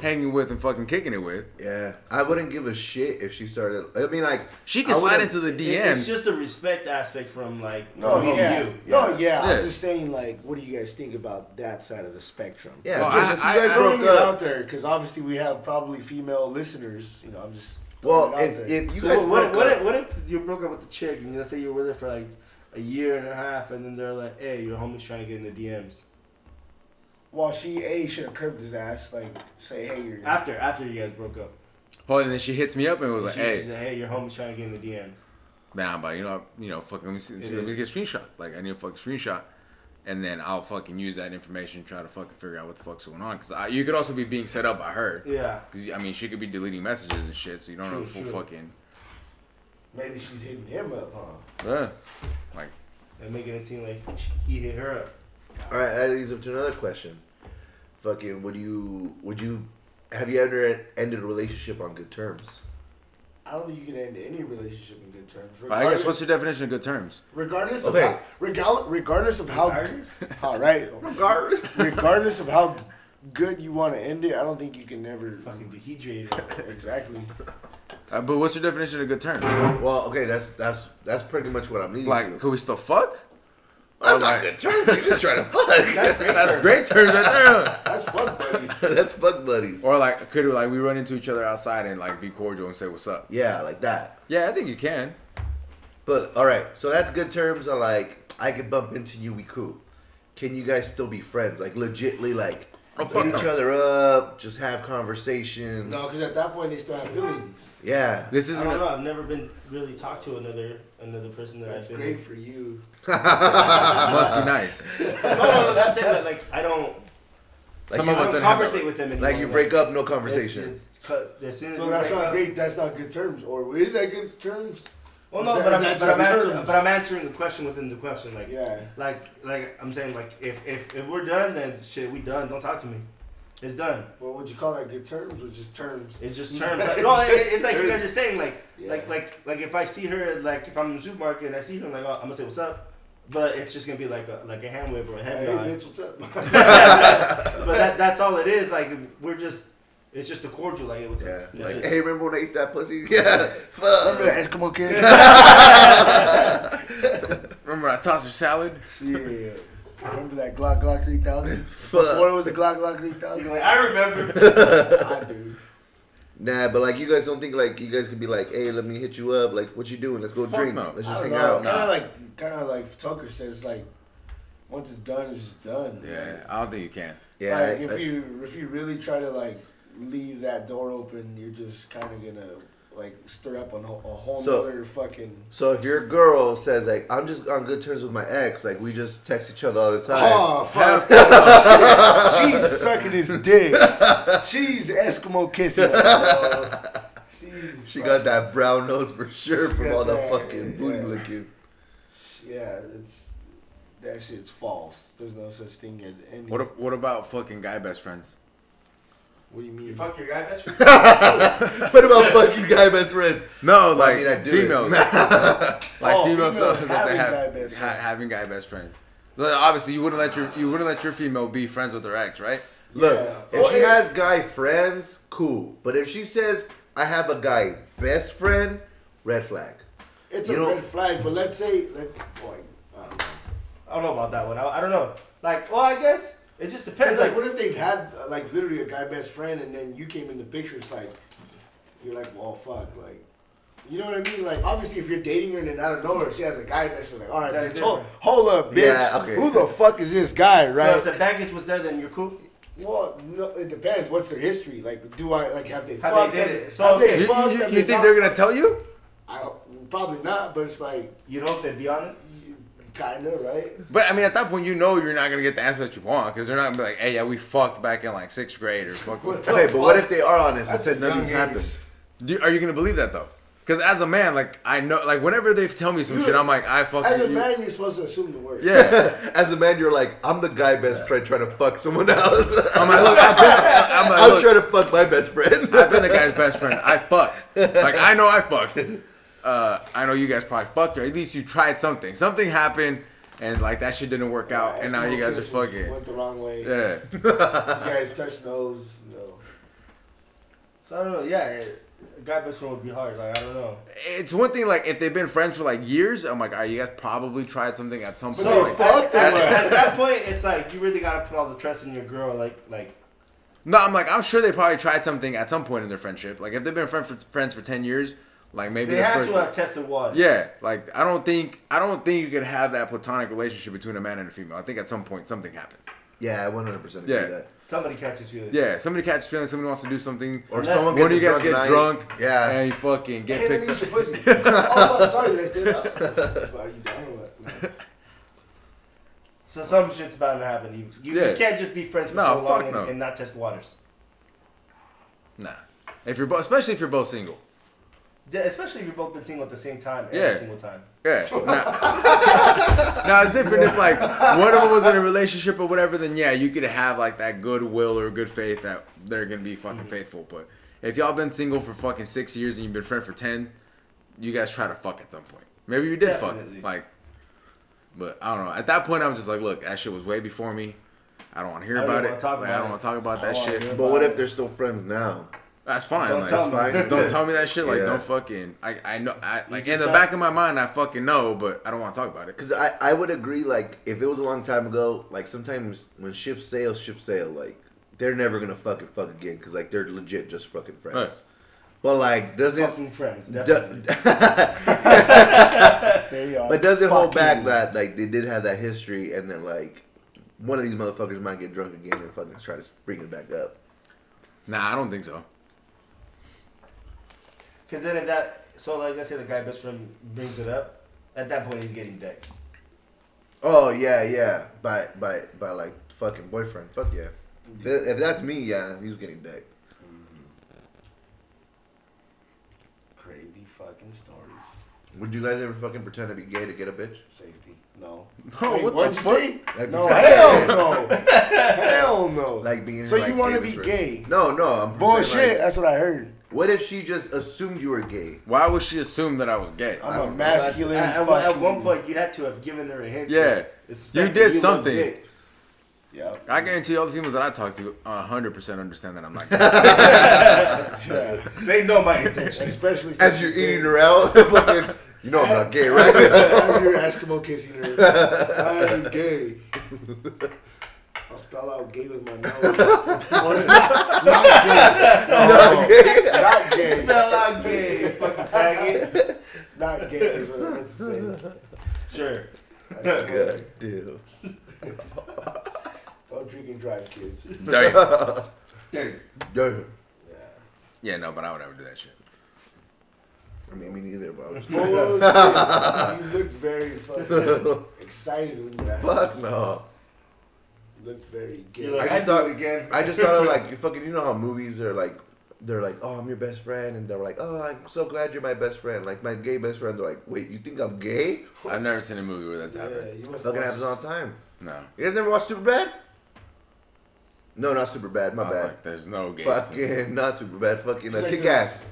C: hanging with and fucking kicking it with.
B: Yeah, I wouldn't give a shit if she started. I mean, like
C: She can
B: I
C: slide
B: wouldn't-
C: into the
A: It-
C: DMs.
A: It's just a respect aspect from like
D: No,
A: from
D: Oh, yeah.
A: you.
D: no, yeah.
C: Yeah.
D: I'm just saying, like, what do you guys think about that side of the spectrum?
B: Yeah,
C: Well,
B: just
C: I-
B: if you
C: I-
B: guys
C: I-
D: throwing
B: broke
D: it out
B: up.
D: there because obviously we have probably female listeners. You know, I'm just throwing
B: Well,
D: it out
B: if,
D: there.
B: if you
A: so
B: guys
A: what,
B: broke
A: if- what,
B: up,
A: if, what if you broke up with the chick and let's say you were with her for like a year and a half and then they're like, hey, your homie's trying to get in the DMs.
D: well, she a should have curved his ass, like say, hey, you're
A: After after you guys broke up.
C: Oh, and then she hits me up and was like,
A: She,
C: "Hey,
A: she said, hey, your homie's trying to get in the DMs.
C: Nah, but you know, you know, fucking let me, see,
A: It
C: let me get a screenshot. Like I need a fucking screenshot, and then I'll fucking use that information to try to fucking figure out what the fuck's going on. Cause I, you could also be being set up by her.
A: Yeah.
C: Cause I mean, she could be deleting messages and shit, so you don't know
A: True,
C: the full
A: true.
C: fucking.
D: Maybe she's hitting him up, huh?
C: Uh, like
A: And making it seem like he hit her up.
B: All right, that leads up to another question. Fucking, would you would you have you ever ended a relationship on good terms?
D: I don't think you can end any relationship in good terms.
C: but I guess what's your definition of good terms?
D: regardless
B: Okay.
D: of how, regal, regardless of how,
A: Regardless?
D: all right,
B: Regardless.
D: regardless of how good you want to end it, I don't think you can never
A: Fucking
C: Mm.
A: dehydrated.
D: exactly.
C: Uh, but what's your definition of good terms?
B: Well, okay, that's that's that's pretty much what I'm leading
C: Like,
B: to.
C: could we still fuck? Oh,
B: That's not
C: like-
B: good terms. You're just trying to fuck.
C: That's great terms right there.
D: That's fuck buddies.
B: that's fuck buddies.
C: Or like, could we, like we run into each other outside and like be cordial and say what's up?
B: Yeah, like that.
C: Yeah, I think you can.
B: But all right, so that's good terms. Are like I could bump into you, we cool. Can you guys still be friends? Like legitly, like
C: Oh,
B: hit
C: fuck
B: each
C: no.
B: other up, just have conversations.
D: No, because at that point they still have feelings.
B: Yeah.
C: This
A: I
C: isn't.
A: don't
C: a-
A: know. I've never been really talked to another another person that
D: That's
A: I've been.
D: great for you.
C: must be nice.
A: no, no, no. That's it. Like, like I don't.
B: Like,
C: Some
B: you,
C: of
A: I
C: us
A: don't
C: didn't have
A: conversate
C: a-
A: with them anymore.
B: like you break up, no conversation.
A: It's, it's cut. As soon as
D: So
A: we
D: that's
A: break
D: not
A: up-
D: great. That's not good terms. Or is that good terms?
A: Well,
D: Is
A: no,
D: that-
A: but
D: is
A: I'm,
D: that
A: but, I'm
D: just
A: answering,
D: terms?
A: but I'm answering the question within the question. Like,
D: Yeah.
A: like, like I'm saying, like, if if if we're done, then shit, we done. Don't talk to me. It's done.
D: Well, would you call that good terms or just terms?
A: It's just terms. Like, no, it, it's like you guys are saying, like,
D: Yeah.
A: like, like, like, if I see her, like, if I'm in the supermarket and I see her, I'm like, oh, I'm gonna say what's up, but it's just gonna be like a like a hand wave or a
D: Hey,
A: head nod.
D: Mitch, what's up?
A: but that, that's all it is. Like, we're just, it's just a cordial. Like, it was
B: Yeah.
A: that's it.
B: Like, hey, remember when I ate that pussy? Yeah. Fuck.
D: Remember the Eskimo kids?
C: Remember I tossed your salad?
D: Shit. Remember that Glock Glock 3000? Before
B: Fuck.
D: it was a Glock Glock
A: He's
D: 3000?
A: like, I remember.
D: I do.
B: Nah, but like you guys don't think like you guys could be like, hey, let me hit you up. Like, what you doing? Let's go
C: Fuck
B: drink.
C: no.
B: Let's
D: I
B: just oh,
D: don't
B: hang
D: know.
B: out.
D: Kind of like, kind of like Tucker says, like, once it's done, it's just done.
C: Yeah, I don't think you can.
B: Yeah.
D: like,
B: I-
D: if
B: I-
D: you if you really try to like leave that door open, you're just kind of gonna like stir up a, whole- a whole
B: So-
D: nother fucking.
B: so if your girl says like, I'm just on good terms with my ex, like we just text each other all the time.
D: Oh fuck! She's sucking his dick. She's Eskimo kissing. him, bro. She's
B: She got that brown nose for sure
D: She
B: from
D: got
B: all the
D: that,
B: fucking booty
D: yeah.
B: licking.
D: Yeah, it's that shit's false. There's no such thing as any.
C: What a- what about fucking guy best friends?
D: What do you mean?
A: you fuck your guy best friend.
B: What about fucking guy best friends?
C: No,
B: Well, I
C: like
B: mean, I do it.
C: females, like
D: Oh,
C: female
D: females
C: subs that they
D: having
C: have
D: guy best
C: ha-
D: friends.
C: having guy best friends. Like, obviously, you wouldn't let your you wouldn't let your female be friends with her ex, right?
B: Look,
D: Yeah.
B: if
D: Well,
B: she
D: it-
B: has guy friends, cool. But if she says I have a guy best friend, red flag.
D: It's
B: You
D: a
B: don't-
D: red flag, but let's say, let, boy, um,
A: I
D: I don't know.
A: don't know about that one. I, I don't know. Like, well, I guess it just depends.
D: It's like,
A: Like,
D: what if they've had uh, like literally a guy best friend, and then you came in the picture? It's like you're like, well, fuck, like. You know what I mean? Like, obviously, if you're dating her and then out of nowhere she has a guy best friend, like, all right,
A: That's
D: bitch, hold,
A: different.
D: hold up, bitch.
B: Yeah, okay.
D: Who the fuck is this guy, right?
A: so if the baggage was there, then you're cool.
D: well, no, it depends. What's their history? Like, do I like have they
A: Have
D: fucked?
A: they did
D: Have-
A: it? So
D: have
A: you-
D: they
C: You,
D: fucked?
C: you-
D: Have
C: you
D: they
C: think
D: not
C: they're gonna tell you?
D: I, probably not, but it's like
A: You'd hope they'd be honest.
D: kind of right.
C: But I mean, at that point, you know you're not gonna get the answer that you want because they're not gonna be like, "Hey, yeah, we fucked back in like sixth grade or fuck."
D: What the
B: Okay, but what
D: fuck?
B: if they are honest and
D: That's a
B: said nothing's
D: young
B: happened?
D: age.
C: Do, are you gonna believe that though? Because as a man, like I know, like whenever they tell me some
D: You-
C: shit, I'm like, I fucked.
D: As a
C: you.
D: man, you're supposed to assume the worst.
C: yeah.
B: As a man, you're like, I'm the guy best friend trying to fuck someone else.
C: I'm like, look, I've been, I'm like,
B: I'm
C: look,
B: trying to fuck my best friend.
C: I've been the guy's best friend. I fucked. Like I know I fucked. Uh, I know you guys probably fucked, or at least you tried something. Something happened, and like that shit didn't work out, and now
D: Eskimo
C: you guys are
D: kids
C: fucking.
D: Went the wrong way.
C: Yeah.
D: You guys touch nose. No.
A: So I don't know. Yeah, it, a guy best friend would be hard. Like, I don't know.
C: It's one thing like if they've been friends for like years, I'm like, all right, you guys probably tried something at some
D: So-
C: point.
D: fucked
A: at,
D: or
A: at
D: what?
A: that point, it's like you really gotta put all the trust in your girl. Like, like
C: No, I'm like, I'm sure they probably tried something at some point in their friendship. Like if they've been friend for, friends for ten years, like maybe
A: they
C: the
A: have
C: first.
A: to have tested water.
C: yeah, like I don't think I don't think you could have that platonic relationship between a man and a female. I think at some point something happens.
B: Yeah, I 100% agree
C: Yeah.
B: with that.
A: Somebody catches you.
C: Yeah, somebody catches feelings, somebody wants to do something.
B: Or
A: Unless-
B: someone
A: One
B: gets
C: One of you guys get drunk,
B: night. Yeah.
C: and you fucking get
D: Hey, let
C: picked
D: me eat
C: up.
D: your pussy. oh, fuck, sorry, did I say that? Are you down or what?
A: So some shit's bound to happen. You, you,
C: Yeah.
A: you can't just be friends for
C: No,
A: so long
C: fuck
A: and,
C: no.
A: and not test waters.
C: Nah, if you're both, especially if you're both single.
A: Yeah, especially if you've both been single at the same time every
C: Yeah.
A: single time.
C: Yeah. Nah. now it's different if like one of them was in a relationship or whatever. Then yeah, you could have like that goodwill or good faith that they're gonna be fucking
A: Mm-hmm.
C: faithful. But if y'all been single for fucking six years and you've been friends for ten, you guys try to fuck at some point. Maybe you did
A: Definitely.
C: fuck like, but I don't know. At that point, I was just like, look, that shit was way before me. I don't want to hear
A: I don't
C: about
A: wanna
C: it.
A: talk
C: Like,
A: about
C: I don't
A: it.
C: want to talk about
A: I
C: that
A: don't wanna
C: shit.
A: hear
B: But what if they're still friends now?
C: That's fine.
A: Don't
C: like,
A: tell me.
C: just don't tell me that shit. Like,
B: Yeah.
C: don't fucking. I, I know. I, like,
A: just
C: in the
A: don't-
C: back of my mind, I fucking know, but I don't want to talk about it.
B: Because I, I would agree, like, if it was a long time ago, like, sometimes when ships sail, ships sail. Like, they're never going to fucking fuck again because, like, they're legit just fucking friends.
C: Right.
B: But, like, doesn't.
A: Fucking friends, definitely.
B: do-
D: There you are.
B: but doesn't hold
D: Fucking-
B: back that, like, they did have that history and then, like, one of these motherfuckers might get drunk again and fucking try to bring it back up.
C: Nah, I don't think so.
A: Because then if that, so like let's say the guy best friend brings it up, at that point he's getting decked.
B: Oh yeah, yeah. By by by like fucking boyfriend. Fuck yeah. If,
D: Mm-hmm.
B: if that's me, yeah, he's getting decked.
D: Crazy fucking stories.
B: Would you guys ever fucking pretend to be gay to get a bitch?
D: Safety. No.
C: No,
D: Wait,
C: what
D: what'd
C: the
D: you
C: fuck?
D: say?
B: Like,
D: No,
B: pretend-
D: hell no. hell no.
B: Like being.
D: So you
B: like,
D: wanna
B: hey,
D: be
B: this
D: gay?
B: No, no. I'm saying,
D: Bullshit.
B: like,
D: that's what I heard.
B: what if she just assumed you were gay?
C: Why would she assume that I was gay?
D: I'm
B: I
D: a
B: don't know.
D: masculine
A: At, at, one-
D: fucking.
A: at one point you had to have given her a hint.
C: Yeah.
A: It's
C: You
A: like,
C: did
A: look
C: something.
A: dick.
D: Yeah.
C: I guarantee all the females that I talk to 100% understand that I'm like that.
D: yeah.
A: They know my intention.
D: Especially
B: As you're eating her out, fucking, you know I'm not gay, right?
D: As you're Eskimo kissing her. I am gay. I'll spell out gay with my nose.
C: Oh,
D: not gay. No, not gay.
A: Spell out gay, fucking faggot.
D: Not gay is what I meant to say.
A: Sure.
D: I swear.
B: God, dude.
D: Don't drink and drive, kids.
C: Sorry.
A: Dude.
B: Yo,
D: Yeah.
C: yeah, no, but I would never do that shit.
B: I mean, me neither, but I was
D: Bullshit. you looked very fucking excited when you asked
B: fuck
D: us.
B: no.
D: You looked very gay.
A: You're like,
B: I
A: I,
B: just
A: do
B: thought-
A: it again.
B: I just thought of like you fucking you know how movies are like they're like oh I'm your best friend and they're like oh I'm so glad you're my best friend like my gay best friend they're like wait you think I'm gay
C: I've never seen a movie where that's
D: yeah,
C: happened.
D: you must
B: fucking
D: watch
B: happens all
D: this.
B: the time
C: No.
B: you guys never watched Superbad no not Superbad
C: I
B: my
C: was
B: bad
C: like, there's no gays.
B: fucking not Superbad fucking uh,
D: It's like
B: Kick
D: the-
B: Ass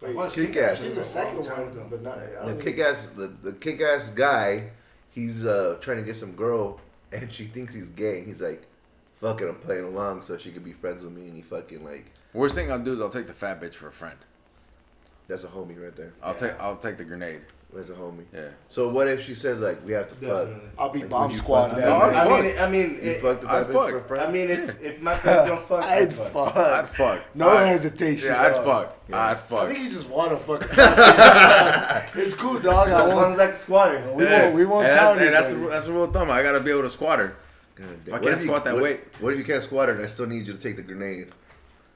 D: Wait,
A: Watch
B: Kick
A: Kick-Ass.
D: I've seen the second one, but not. I don't
B: the
D: think-
B: Kick Ass the, the Kick Ass guy he's uh trying to get some girl and she thinks he's gay and he's like fucking I'm playing along so she could be friends with me and he fucking like
C: Worst thing I'll do is I'll take the fat bitch for a friend.
B: that's a homie right there
C: I'll
D: Yeah.
C: take I'll take the grenade.
B: that's a homie.
C: Yeah.
B: So what if she says like we have to
A: Definitely.
D: I'll be
B: Like,
D: bomb
B: would you
D: squad
B: fuck
D: that.
C: No,
D: night.
A: I
C: I'd
A: mean, I mean,
B: You
C: Eh,
A: it,
B: fuck the
C: I'd
B: bitch
C: fuck.
B: for
A: I
B: a friend?
A: mean, if, if my friends don't fuck, I'd fuck.
C: I'd fuck.
D: No
C: I'd-
D: hesitation.
C: Yeah, I'd
D: dog.
C: fuck.
B: Yeah.
C: I'd
D: I
C: fuck.
D: think you just want to fuck. it's cool, dog. I
A: As long
D: won't.
A: as I can squatter.
D: We won't. We won't
C: and
D: tell
C: that's, and that's,
D: anybody.
C: that's the rule of thumb. I gotta be able to squat her.
B: God damn.
C: I
B: What
C: can't
B: if you-
C: squat that
B: what-
C: weight.
B: What if you can't squat her and I still need you to take the grenade?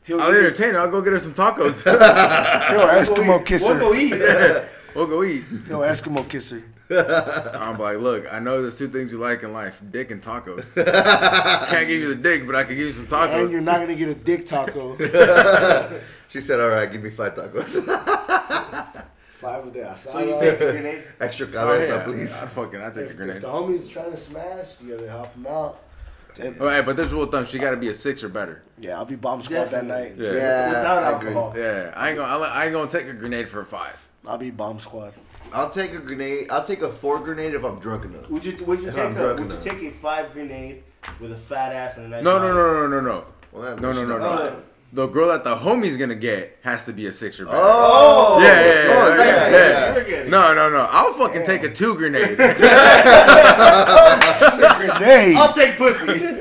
D: He'll,
C: I'll
D: he'll
C: entertain her. I'll go get her some tacos.
D: Eskimo kiss
A: We'll
D: her.
A: go eat.
C: we'll go eat.
D: He'll Eskimo kiss her.
C: I'm like, look, I know there's two things you like in life: dick and tacos. Can't give you the dick, but I can give you some
D: And you're
C: tacos.
D: not gonna get a dick taco.
B: She said, "All right, give me five tacos,
D: Five of the
A: So you take
D: asada.
A: the grenade.
B: extra
C: Oh,
B: cabeza,
C: yeah.
B: please."
C: I fucking, I take a
D: If, if
C: grenade.
D: the homies trying to smash, you gotta help them out.
C: All right, but there's rule of thumb: she got to be a six or better.
D: Yeah, I'll be bomb squad that
A: Definitely.
D: night.
C: Yeah, yeah.
B: Yeah,
A: Without
B: I agree.
A: alcohol.
C: I ain't gonna, I'll- I ain't gonna take a grenade for a five.
D: I'll be bomb squad.
B: I'll take a grenade. I'll take a four grenade if I'm drunk enough.
A: Would you would you
B: If
A: take
B: I'm
A: a
B: drunk
A: would you
B: enough.
A: take a five grenade with a fat ass and a nice
C: No, no,
A: body?
C: no, no, no, no,
B: Well, that-
C: no, no, no,
A: Oh.
C: no. The girl that the homie's gonna get has to be a six or better.
B: Oh,
C: Yeah, yeah, yeah,
B: Oh,
C: yeah,
B: yeah,
C: yeah.
B: yeah.
A: You're getting-
C: No, no, no. I'll fucking take a two grenade.
D: Grenade.
A: I'll take pussy.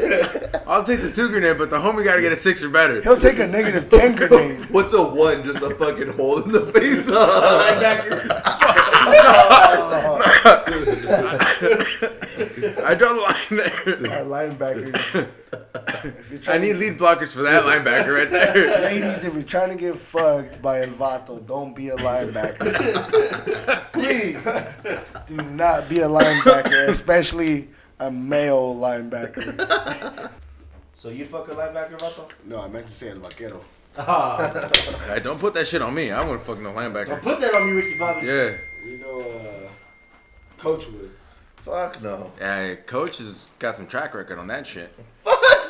C: I'll take the two grenade, but the homie gotta get a six or better.
D: He'll take a negative ten grenade.
B: What's a one? Just a fucking hole in the face.
A: Linebacker.
C: I draw the line there.
D: Our linebackers. If you're
C: I
D: trying
C: need lead blockers for that linebacker right there.
D: ladies, if you're trying to get fucked by El Vato, don't be a linebacker.
A: Please.
D: Do not be a linebacker, especially a male linebacker.
A: So you fuck a linebacker, Vato?
D: No, I meant to say El Vaquero.
A: Ah.
C: Hey, don't put that shit on me. I want to fuck no linebacker.
A: Don't put that on me, Ricky Bobby.
C: Yeah.
D: We know uh, Coach would.
B: Fuck no.
C: Hey, coach has got some track record on that shit.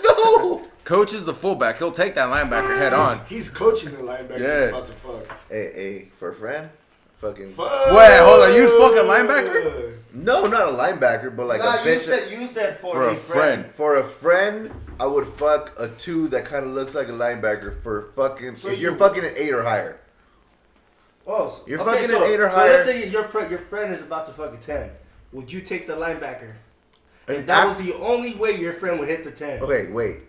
B: No.
C: Coach is the fullback. He'll take that linebacker head on.
D: He's coaching the linebacker.
C: Yeah.
D: He's about to fuck.
B: Hey, hey, for a friend. Fucking.
D: Fuck.
C: Wait, hold on, you fuck a linebacker?
B: No, not a linebacker, but like
A: nah,
B: a
A: you
B: bitch.
A: said you said for,
C: For a friend.
B: for a friend, I would fuck a two that kind of looks like a linebacker for fucking.
D: So
B: if
D: you-
B: you're fucking an eight or higher.
A: Oh, so,
B: You're
A: okay,
B: fucking
A: so,
B: an eight or
A: So let's
B: higher.
A: say your friend, your friend is about to fuck a ten. Would you take the linebacker? And
B: And
A: that
B: I-
A: was the only way your friend would hit the ten.
B: Okay, wait.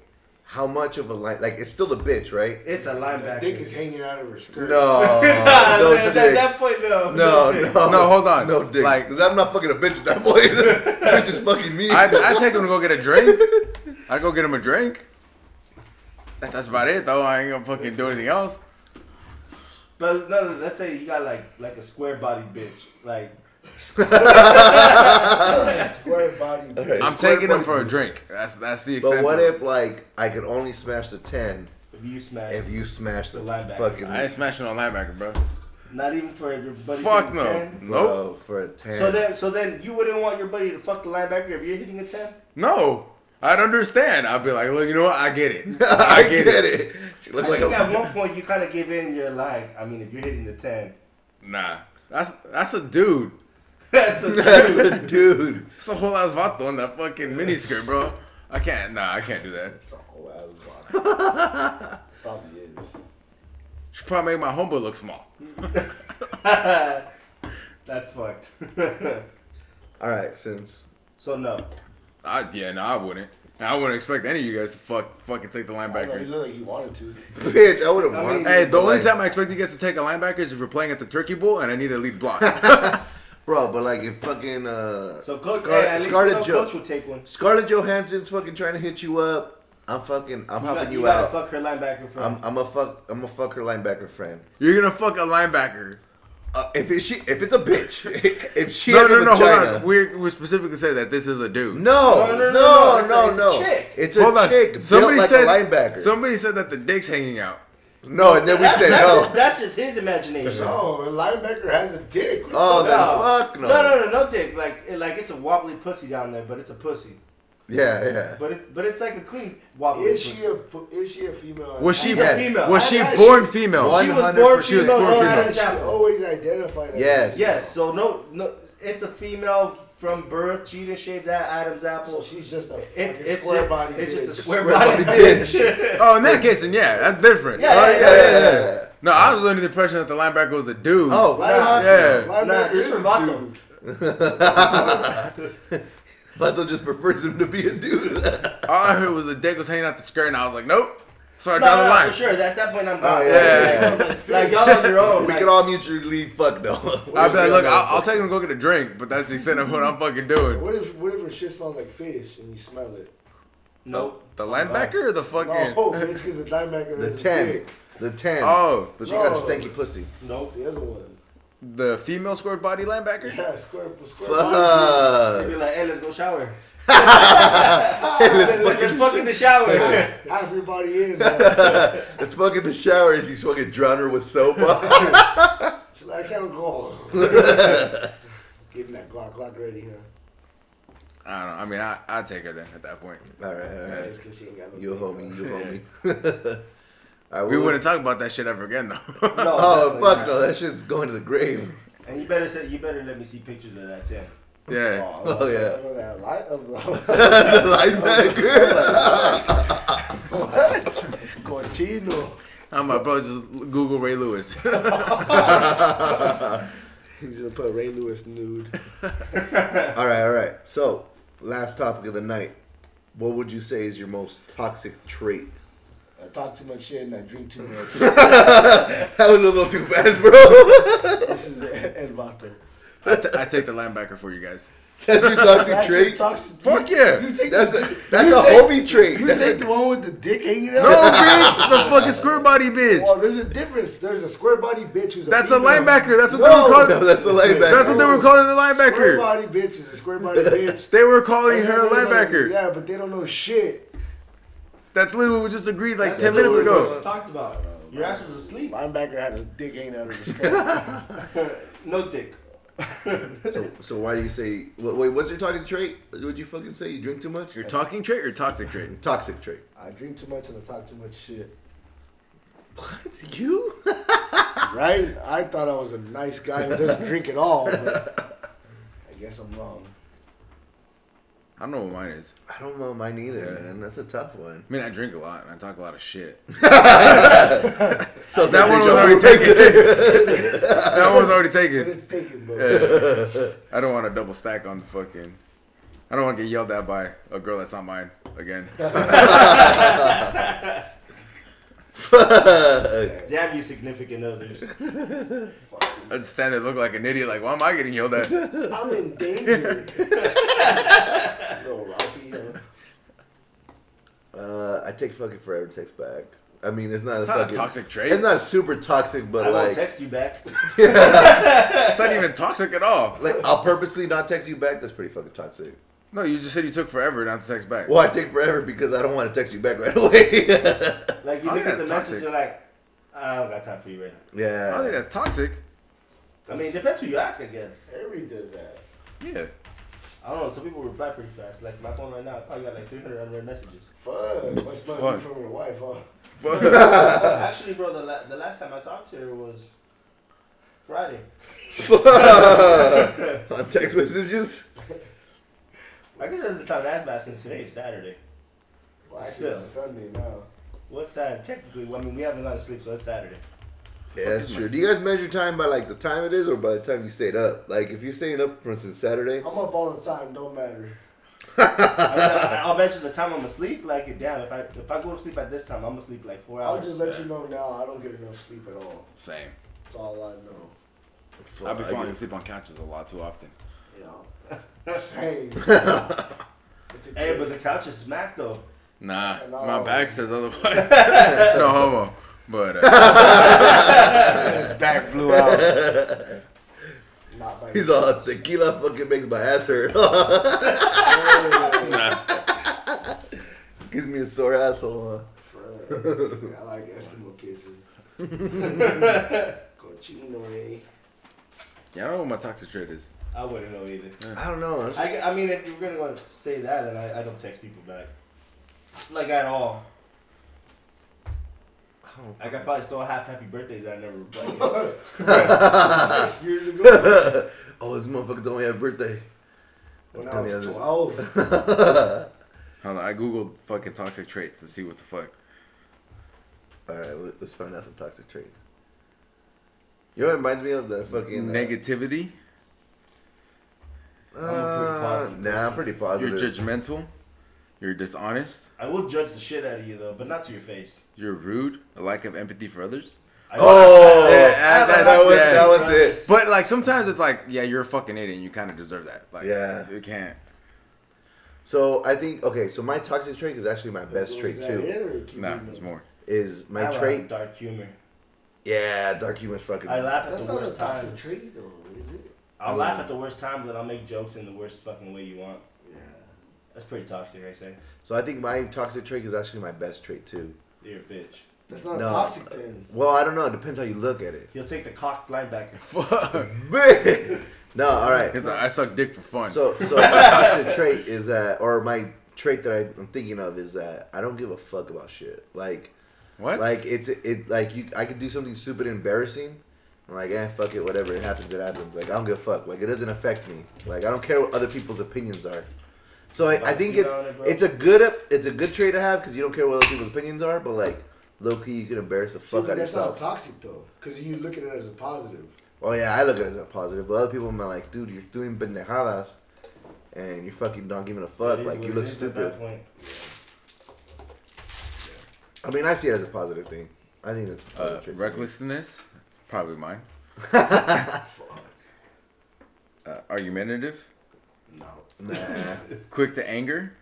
B: How much of a line? Like it's still a bitch, right?
A: It's a
D: That
A: linebacker.
D: dick is hanging out of her skirt.
B: No.
A: no,
B: no
A: at that,
B: dicks.
A: point, no.
B: No,
A: dicks.
B: no,
C: No, hold on.
B: no dick.
C: Like-
B: Like, cause I'm not fucking a bitch at that point. bitch is fucking me.
C: I I take him to go get a drink. I go get him a drink. That- That's about it though. I ain't gonna fucking do anything else.
A: But no, no, let's say you got like like a square bodied bitch, like
D: Square body.
B: Okay.
C: I'm
B: Square
C: taking him
B: body.
C: for a drink. That's that's the extent.
B: but what
C: of it.
B: if like I could only smash the ten
A: if you smash.
B: if you smash the,
A: The linebacker.
B: fucking?
C: I ain't smashing no linebacker, bro.
A: Not even for your buddy.
C: Fuck
A: hitting
C: no.
A: 10?
B: Bro,
C: Nope.
B: for a ten.
A: So then, so then you wouldn't want your buddy to fuck the linebacker if you're hitting a ten.
C: No. I'd understand. I'd be like, look, you know what? I get it. I get, it.
B: She
A: I
B: look like
A: think at
B: a.
A: one point you kind of give in. You're like, I mean, if you're hitting the ten,
C: Nah. That's that's a dude.
A: that's a
B: That's a dude.
C: That's a whole ass vato on that fucking miniskirt, bro. I can't. Nah, I can't do that.
D: It's a whole ass body. Probably is.
C: Should probably make my homeboy look small.
A: that's fucked.
B: All right, since
A: so no,
C: I, yeah, no, I wouldn't. I wouldn't expect any of you guys to fuck fucking take the
D: I don't know, he
C: linebacker.
D: looked like he wanted to.
B: bitch, I would have
A: I
B: wanted.
A: mean-
C: Hey,
B: to,
C: the
B: but,
C: only
B: like-
C: time I expect you guys to take a linebacker is if you're playing at the Turkey Bowl and I need a lead block.
B: bro, but like if fucking uh,
A: so coach,
B: Scar-
A: hey, at least
B: Scarlett
A: we know
B: Jo-
A: coach would take one.
B: Scarlett Johansson's fucking trying to hit you up, I'm fucking, I'm
A: You,
B: helping
A: got,
B: you,
A: you gotta
B: out.
A: fuck her linebacker for.
B: I'm, I'm a fuck, I'm a fuck her linebacker friend.
C: you're gonna fuck a linebacker.
B: Uh, if it, she, if it's a bitch, if she
C: No,
B: has
C: no,
B: a
C: no. Hold
B: vagina,
C: on. We're, we're specifically saying that this is a dude.
A: No,
B: no,
A: no,
B: no,
A: no,
B: no,
A: no, it's a- it's
B: no,
A: a chick.
B: It's a
C: Hold on.
B: chick built
C: Somebody
B: like
C: said
B: a linebacker.
C: Somebody said that the dick's hanging out.
B: no, and then we
A: that's,
B: said "Oh,
A: that's
B: no.
A: just, that's just his imagination. Oh,
D: No, a linebacker has a dick. What
B: Oh,
D: the-
B: then
A: No.
B: fuck no.
A: No, no, no, no dick. Like, it- like it's a wobbly pussy down there, but it's a pussy.
B: Yeah, yeah.
A: But it, but it's like a clean wobbly.
D: Is
A: pussy.
D: she a pu- is she a female?
C: Was she
A: She's a female.
C: was
A: I-
C: she
A: I-
C: born female?
A: She was born
B: 100%
C: she was
A: female.
C: born
A: no,
C: female.
A: not a
D: She
A: chapel.
D: always identified as
B: Yes.
A: Yes. So no, no, it's a female from birth. She didn't shave that Adam's apple.
D: So she's just a
A: It's
D: fucking
A: it's
D: square
A: a-
D: body.
A: It's
D: bitch.
A: just a square,
B: Square
A: body,
B: body
A: bitch.
C: Oh, in that case, then yeah, that's different.
A: Yeah,
C: Oh,
A: yeah,
B: yeah, yeah, yeah.
C: No, I was under the impression that the linebacker was a dude.
B: Oh, fuck
A: Right.
C: Yeah.
D: Linebacker
A: Nah, just
D: is
A: for
D: a
A: Vato.
D: dude.
B: Vato just prefers him to be a dude.
C: All I heard was the dick was hanging out the skirt, and I was like, nope. So I
A: No,
C: draw
A: no,
C: the line.
A: for sure. At that point, I'm gone.
B: yeah, yeah,
A: Like, like, y'all on your own.
B: we
A: like,
B: can all mutually fuck no.
C: I'd be like, look, I'll, I'll take him to go get a drink, but that's the extent of what I'm fucking doing.
D: What if what if her shit smells like fish and you smell it?
A: nope.
C: The linebacker or the fucking?
D: Oh, bitch, because the linebacker
B: the
D: is a
B: ten,
D: dick.
B: the ten.
C: Oh.
B: but you got a
D: No.
B: stanky pussy.
A: Nope.
D: The other one.
C: The female squared body linebacker?
D: Yeah, square square body.
A: They'd be
D: bitch.
B: Fuck.
A: like, hey, let's go shower.
B: Let's
A: Let's, let's fuck in the shower.
D: Half your body in. man.
B: It's fucking the shower as you fucking drown her with soap.
D: She's like, I can't go. Getting that Glock Glock ready, huh?
C: I don't know. I mean, I I take her then at that point.
B: all right, all right.
D: Just 'cause she ain't got no
B: You a
D: dick,
B: homie,
D: huh?
B: you a homie. all right,
C: We
B: what-
C: wouldn't talk about that shit ever again though.
A: No,
B: Oh
A: definitely
B: fuck
A: not.
B: no, that shit's going to the grave.
A: And you better say, you better let me see pictures of that ten.
C: yeah.
D: Oh,
B: Oh, yeah.
D: yeah. That light of
B: the linebacker.
D: what? Cochino.
C: I'm my bro. Just Google Ray Lewis.
D: He's gonna put Ray Lewis nude.
B: all right, all right. So, last topic of the night. What would you say is your most toxic trait?
D: I talk too much shit and I drink too much.
B: That was a little too fast, bro.
D: this is Ed Vato.
C: I, t- I take the linebacker for you guys.
B: That's your toxic
D: That's your
B: trait.
D: toxic-
B: Fuck
D: you-
B: yeah.
D: you take
B: that's
D: the-
B: a, that's
D: you
B: a
D: take-
B: homie trait.
D: You
B: That's
D: take
B: a-
D: the one with the dick hanging out.
C: No, bitch, the fucking square body bitch.
D: Well, there's a difference. There's a square body bitch who's a
C: That's a
D: female.
C: linebacker. That's what
D: No.
C: they were calling.
B: No, that's a linebacker.
C: That's what they were calling the
D: Square
C: linebacker.
D: body bitch is a square body bitch.
C: They were calling
D: And
C: her a
D: then there's like-
C: linebacker.
D: yeah, but they don't know shit.
C: That's literally what we just agreed like
A: That's
C: ten
A: what
C: minutes
A: we
C: ago.
A: Just talked about. Your ass was asleep.
D: Linebacker had his dick hanging out of his skirt.
A: No dick.
B: So, so why do you say? wha- Wait, what's your toxic trait? Would you fucking say you drink too much?
C: Your talking trait or toxic trait?
B: toxic trait.
D: I drink too much and I talk too much shit.
B: That's you.
D: Right? I thought I was a nice guy who doesn't drink at all, but I guess I'm wrong.
C: I don't know what mine is.
B: I don't know mine either,
C: Yeah.
B: man. That's a tough one.
C: I mean, I drink a lot and I talk a lot of shit.
B: So
C: That one was already taken. that one was already
D: But
C: taken.
D: it's taken, bro.
C: Yeah. I don't want to double stack on the fucking. I don't want to get yelled at by a girl that's not mine again.
A: Damn you, significant others.
C: I just stand there look like an idiot. Like, why am I getting yelled at?
D: I'm in danger. Little Ralphie. uh,
B: Uh, I take fucking forever to text back. I mean, it's not
C: It's
B: a
C: not a
B: fucking
C: toxic trait.
B: It's not super toxic, but
A: I won't
B: like,
A: text you back.
C: It's not even toxic at all.
B: like I'll purposely not text you back. That's pretty fucking toxic.
C: No, you just said you took forever not to text back.
B: Well, I take forever because I don't want to text you back right
A: Like
B: away.
A: you
C: I
A: look
C: think
A: at the
C: that's
A: message,
C: toxic.
A: you're like, I don't got time for you right now.
C: I don't think
B: yeah.
C: that's toxic.
A: I mean, it depends who you ask, I guess.
D: Harry does that.
C: Yeah.
A: I don't know. Some people reply pretty fast. Like my phone right now, I probably got like 300 unread messages.
D: Fuck. Must not
C: Fuck.
D: be from your wife, huh?
C: But
A: Actually, bro, the, la- the last time I talked to her was Friday.
B: On text messages.
A: I guess it doesn't sound that bad since today is Saturday.
D: Well, actually,
A: Still.
D: it's Sunday now.
A: What's Saturday? Technically, well, I mean, we haven't gone to sleep, so it's Saturday.
B: Yeah, that's true. Do you guys measure time by like the time it is, or by the time you stayed up? Like, if you're staying up, for instance, Saturday.
D: I'm up all the time. Don't matter.
A: I mean, I, I'll measure the time I'm asleep. Like, damn, if I if I go to sleep at this time, I'm gonna sleep like four
D: I'll
A: hours.
D: just let you know now. I don't get enough sleep at all.
C: same.
D: That's all I know.
C: I've been
B: I
C: falling
B: get-
C: asleep on couches a lot too often.
D: You know. Same. It's a
A: Hey, but the couch is smacked though.
C: Nah,
D: No.
C: my back says otherwise. no homo. But uh,
D: his back blew out. Not by
B: He's all tequila fucking makes my ass hurt. Gives me a sore asshole.
D: Fred. I like Eskimo kisses. Cochino, eh?
C: yeah, I don't know what my toxic trait is.
A: I wouldn't know either.
B: Huh? I don't know.
A: I, I mean, if you're gonna go say that, then I, I don't text people back, like at all. Like I probably still have happy birthdays that I never replied to.
D: Six years ago,
B: oh, this motherfucker don't have a birthday.
D: when I
B: Tell me
D: was
B: others.
D: 12.
C: Hold on, I googled fucking toxic traits to see what the fuck.
B: All right, let- let's find out some toxic traits. You know what it reminds me of the fucking uh,
C: Negativity.
B: Uh,
A: I'm a pretty positive
B: Nah, I'm
A: person.
B: pretty
C: You're
B: positive.
C: judgmental. You're dishonest.
A: I will judge the shit out of you though, but not to your face.
C: You're rude. A lack of empathy for others.
A: I
B: Oh,
A: I- I-
B: yeah,
A: I have a
B: that-
A: lack
B: that
A: of
B: was-
A: empathy
B: that was
A: for
B: it.
A: others.
C: But like sometimes it's like, yeah, you're a fucking idiot. and You kind of deserve that. Like,
B: Yeah.
C: you can't.
B: so I think okay. So my toxic trait is actually my best
D: Was
B: trait
D: that
B: too.
D: it, or can
C: Nah,
B: Mm-hmm.
D: you-
C: there's more.
B: Is my
A: I have a
B: trait?
A: dark humor.
B: Yeah, dark humor's fucking.
A: I laugh at
D: That's
A: the
D: not a
A: worst
D: toxic
A: times.
D: trait, though, is it?
A: I'll laugh
B: Mm.
A: at the worst times, but I'll make jokes in the worst fucking way you want.
D: Yeah.
A: That's pretty toxic, I say.
B: So I think my toxic trait is actually my best trait too.
A: You're a bitch.
D: That's not
B: No.
D: a toxic thing.
B: Well, I don't know. It depends how you look at it.
A: He'll take the cock linebacker.
C: Fuck.
B: no, all right.
C: It's like, I suck dick for fun.
B: So, so my toxic trait is that, or my trait that I- I'm thinking of is that I don't give a fuck about shit. Like,
C: what?
B: like it's it like you. I could do something stupid, embarrassing. I'm like, eh, fuck it, whatever it happens, it happens. Like I don't give a fuck. Like it doesn't affect me. Like I don't care what other people's opinions are. So I, I think it's it's a good it's a good trait to have because you don't care what other people's opinions are. But like, low key, you can embarrass the
D: See,
B: fuck
D: but
B: out of
D: that's not
B: yourself.
D: toxic, though, because you look at it as a positive.
B: Oh yeah, I look at it as a positive, but other people are like, dude, you're doing pendejadas, and you're fucking not giving a fuck.
A: It is
B: Like
A: what
B: you
A: it
B: look
A: is at that
B: stupid.
A: point.
B: I mean, I see it as a positive thing. I think it's a
C: uh,
B: positive trait for me.
C: recklessness. Probably mine.
D: Fuck.
C: Uh, argumentative,
A: No.
B: Nah.
C: quick to anger.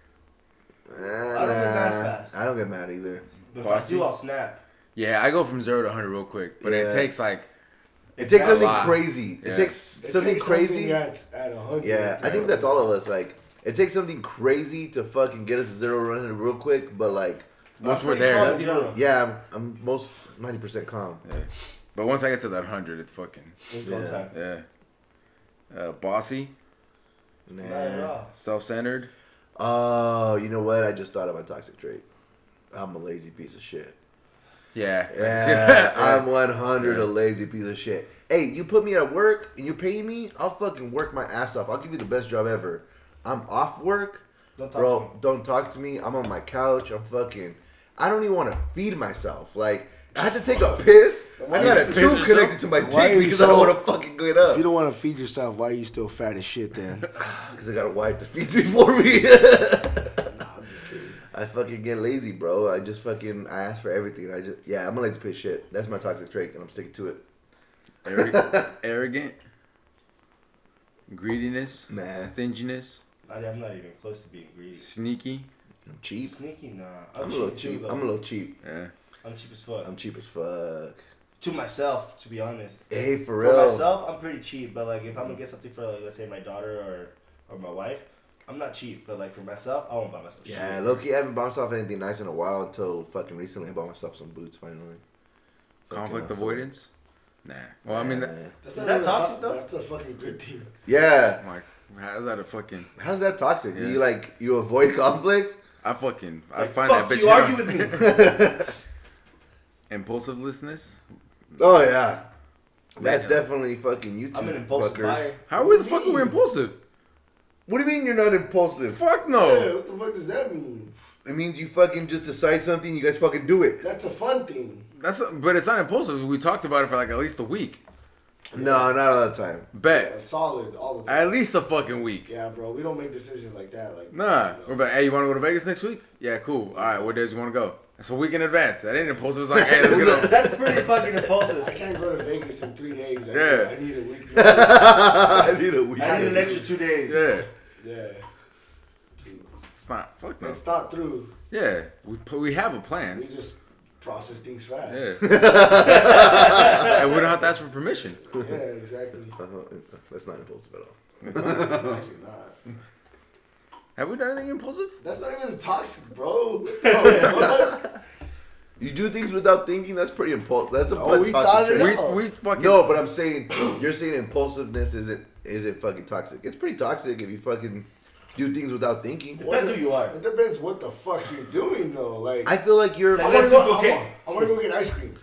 B: Nah,
A: I don't get mad
B: nah.
A: fast.
B: I don't get mad either.
A: But if I
C: Bossy?
A: do, I'll snap.
C: Yeah, I go from zero to hundred real quick, but
B: Yeah.
C: it takes like
B: It takes
C: a
B: something
C: lot.
B: crazy. It
C: Yeah.
B: takes
D: It
B: something
D: takes
B: crazy.
D: at, at 100.
B: Yeah, I think that's all of us. Like, it takes something crazy to fucking get us to zero running real quick, but like,
C: once
A: I'm
C: we're
A: pretty
C: there.
A: calm
C: that-
A: in general.
B: yeah, I'm, I'm most 90% calm.
C: yeah. But once I get to that hundred, it's fucking
A: It's go
B: Yeah.
A: time.
C: yeah. Uh, bossy,
B: Nah.
A: Not at all.
C: self-centered.
B: Oh, you know what? I just thought of my toxic trait. I'm a lazy piece of shit.
C: Yeah,
B: Yeah, I'm 100
C: Yeah.
B: a lazy piece of shit. Hey, you put me at work and you're paying me, I'll fucking work my ass off. I'll give you the best job ever. I'm off work,
A: Don't talk
B: bro.
A: to me.
B: Don't talk to me. I'm on my couch. I'm fucking. I don't even want to feed myself. Like I had to take a piss. I
D: Why
B: got
D: you
B: a
D: piss
B: tube
C: yourself?
B: connected to my
D: Why
B: dick
D: are you
B: because I don't
D: so-
B: want to fucking get up.
D: If you don't want to feed yourself, why are you still fat as shit then?
B: Because I got a wife to feed me for me.
D: I'm just kidding.
B: I fucking get lazy, bro. I just fucking I ask for everything. I just yeah, I'm a lazy piece of shit. That's my toxic trait, and I'm sticking to it.
C: Arro- arrogant, greediness,
B: Nah.
C: stinginess,
A: I- I'm not even close to being greedy.
C: sneaky.
B: I'm cheap.
A: Sneaky, nah. I'm,
B: I'm,
A: cheap
B: a little
A: too,
B: cheap.
A: though.
B: I'm a little cheap.
C: Yeah.
A: I'm cheap as fuck.
B: I'm cheap as fuck.
A: to myself, to be honest.
B: Hey, for
A: For
B: real.
A: myself, I'm pretty cheap, but like if I'm gonna get something for like let's say my daughter or or my wife, I'm not cheap. But like for myself, I won't buy myself shit.
B: yeah, low key, I haven't bought myself anything nice in a while until fucking recently. I bought myself some boots finally.
C: Conflict
B: Fucking
C: avoidance. Nah. Well, I mean, that-
B: Yeah.
A: Is
D: That's not
A: that
D: even a
A: toxic,
D: top-
A: though?
D: That's a fucking good thing.
B: yeah.
C: I'm like, how's that a fucking?
B: How's that toxic?
C: Yeah.
B: You like you avoid conflict?
C: I fucking.
A: It's
C: I
A: like,
C: find
A: fuck
C: that bitch.
A: you,
C: hard.
A: argue with me.
C: Impulsivelessness.
B: Oh yeah, that's
C: Yeah.
B: definitely fucking you two
A: I'm an impulsive
B: fuckers.
A: buyer.
C: How are we the fuck are we
D: Mean.
C: impulsive?
B: What do you mean you're not impulsive?
C: Fuck
D: Yeah,
B: Oh.
C: no.
D: what the fuck does that mean?
B: It means you fucking just decide something, you guys fucking do it.
D: That's a fun thing.
C: That's but it's not impulsive. We talked about it for like at least a week.
B: No, not all the time.
C: Bet
D: That's solid all the time.
C: at least a fucking week.
D: yeah, bro, we don't make decisions like that. Like,
C: Nah,
D: you know.
C: we're about. Hey, you want to go to Vegas next week? Yeah, cool. All right, what days you want to go? That's a week in advance. That ain't impulsive. It's like, hey, let's get up.
A: That's pretty fucking
D: I
A: impulsive.
D: can't go to Vegas in three days. I,
C: Yeah.
D: need, I need a week. notice.
B: I need a Uh-huh. week.
A: I need an extra two days.
C: Yeah,
D: yeah.
C: it's not. Fuck no.
D: It's thought through.
C: Yeah, we pl- we have a
D: We
C: plan.
D: just process things fast.
C: Yeah, and we don't have to ask for permission.
D: Yeah, exactly.
B: Uh-huh. That's not impulsive at all.
D: It's actually not.
C: Have we done anything impulsive?
D: That's not even toxic, bro. What the fuck?
B: You do things without thinking. That's pretty impulsive. That's a
D: No,
B: fun
D: we
B: toxic
D: thought it
B: trait.
C: We
D: No.
C: we fucking
B: No, but I'm saying you're saying impulsiveness isn't isn't fucking toxic. It's pretty toxic if you fucking do things without thinking.
A: Depends who you are.
D: it depends what the fuck you're doing, though. Like,
B: I feel like you're
A: It's
D: I
A: like-
D: want to
A: Let's
D: go.
A: look, okay.
D: I wanna- I want to go get ice cream.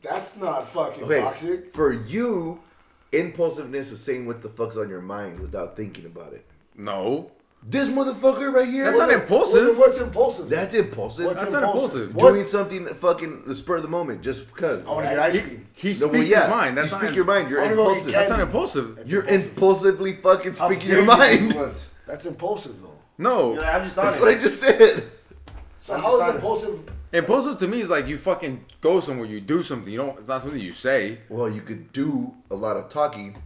D: That's not fucking
B: okay
D: toxic.
B: for you. Impulsiveness is saying what the fuck's on your mind without thinking about it.
C: no.
B: This motherfucker right here.
C: That's not
D: What's,
C: impulsive.
D: what's impulsive?
B: That's impulsive.
D: what's
C: that's not impulsive.
D: What?
B: Doing something fucking the spur of the moment just because.
D: I want to get ice cream.
C: He
B: No,
C: speaks
B: well, yeah,
C: his mind. That's
B: you
C: not
B: speak your mind. You're
D: I wanna go get candy.
B: impulsive.
C: That's not impulsive.
B: You're
D: Impulsive.
B: impulsively fucking
A: How
B: speaking
A: dare
B: your
A: you be
B: mind.
A: blunt.
D: That's impulsive, though.
C: No,
A: You're like, I'm just
B: That's what I
A: honest.
B: just said.
D: So
A: I'm
D: how
A: just
D: is
A: honest.
D: impulsive?
C: impulsive to me is like you fucking go somewhere, you do something. You don't. It's not something you say.
B: Well, you could do a lot of talking.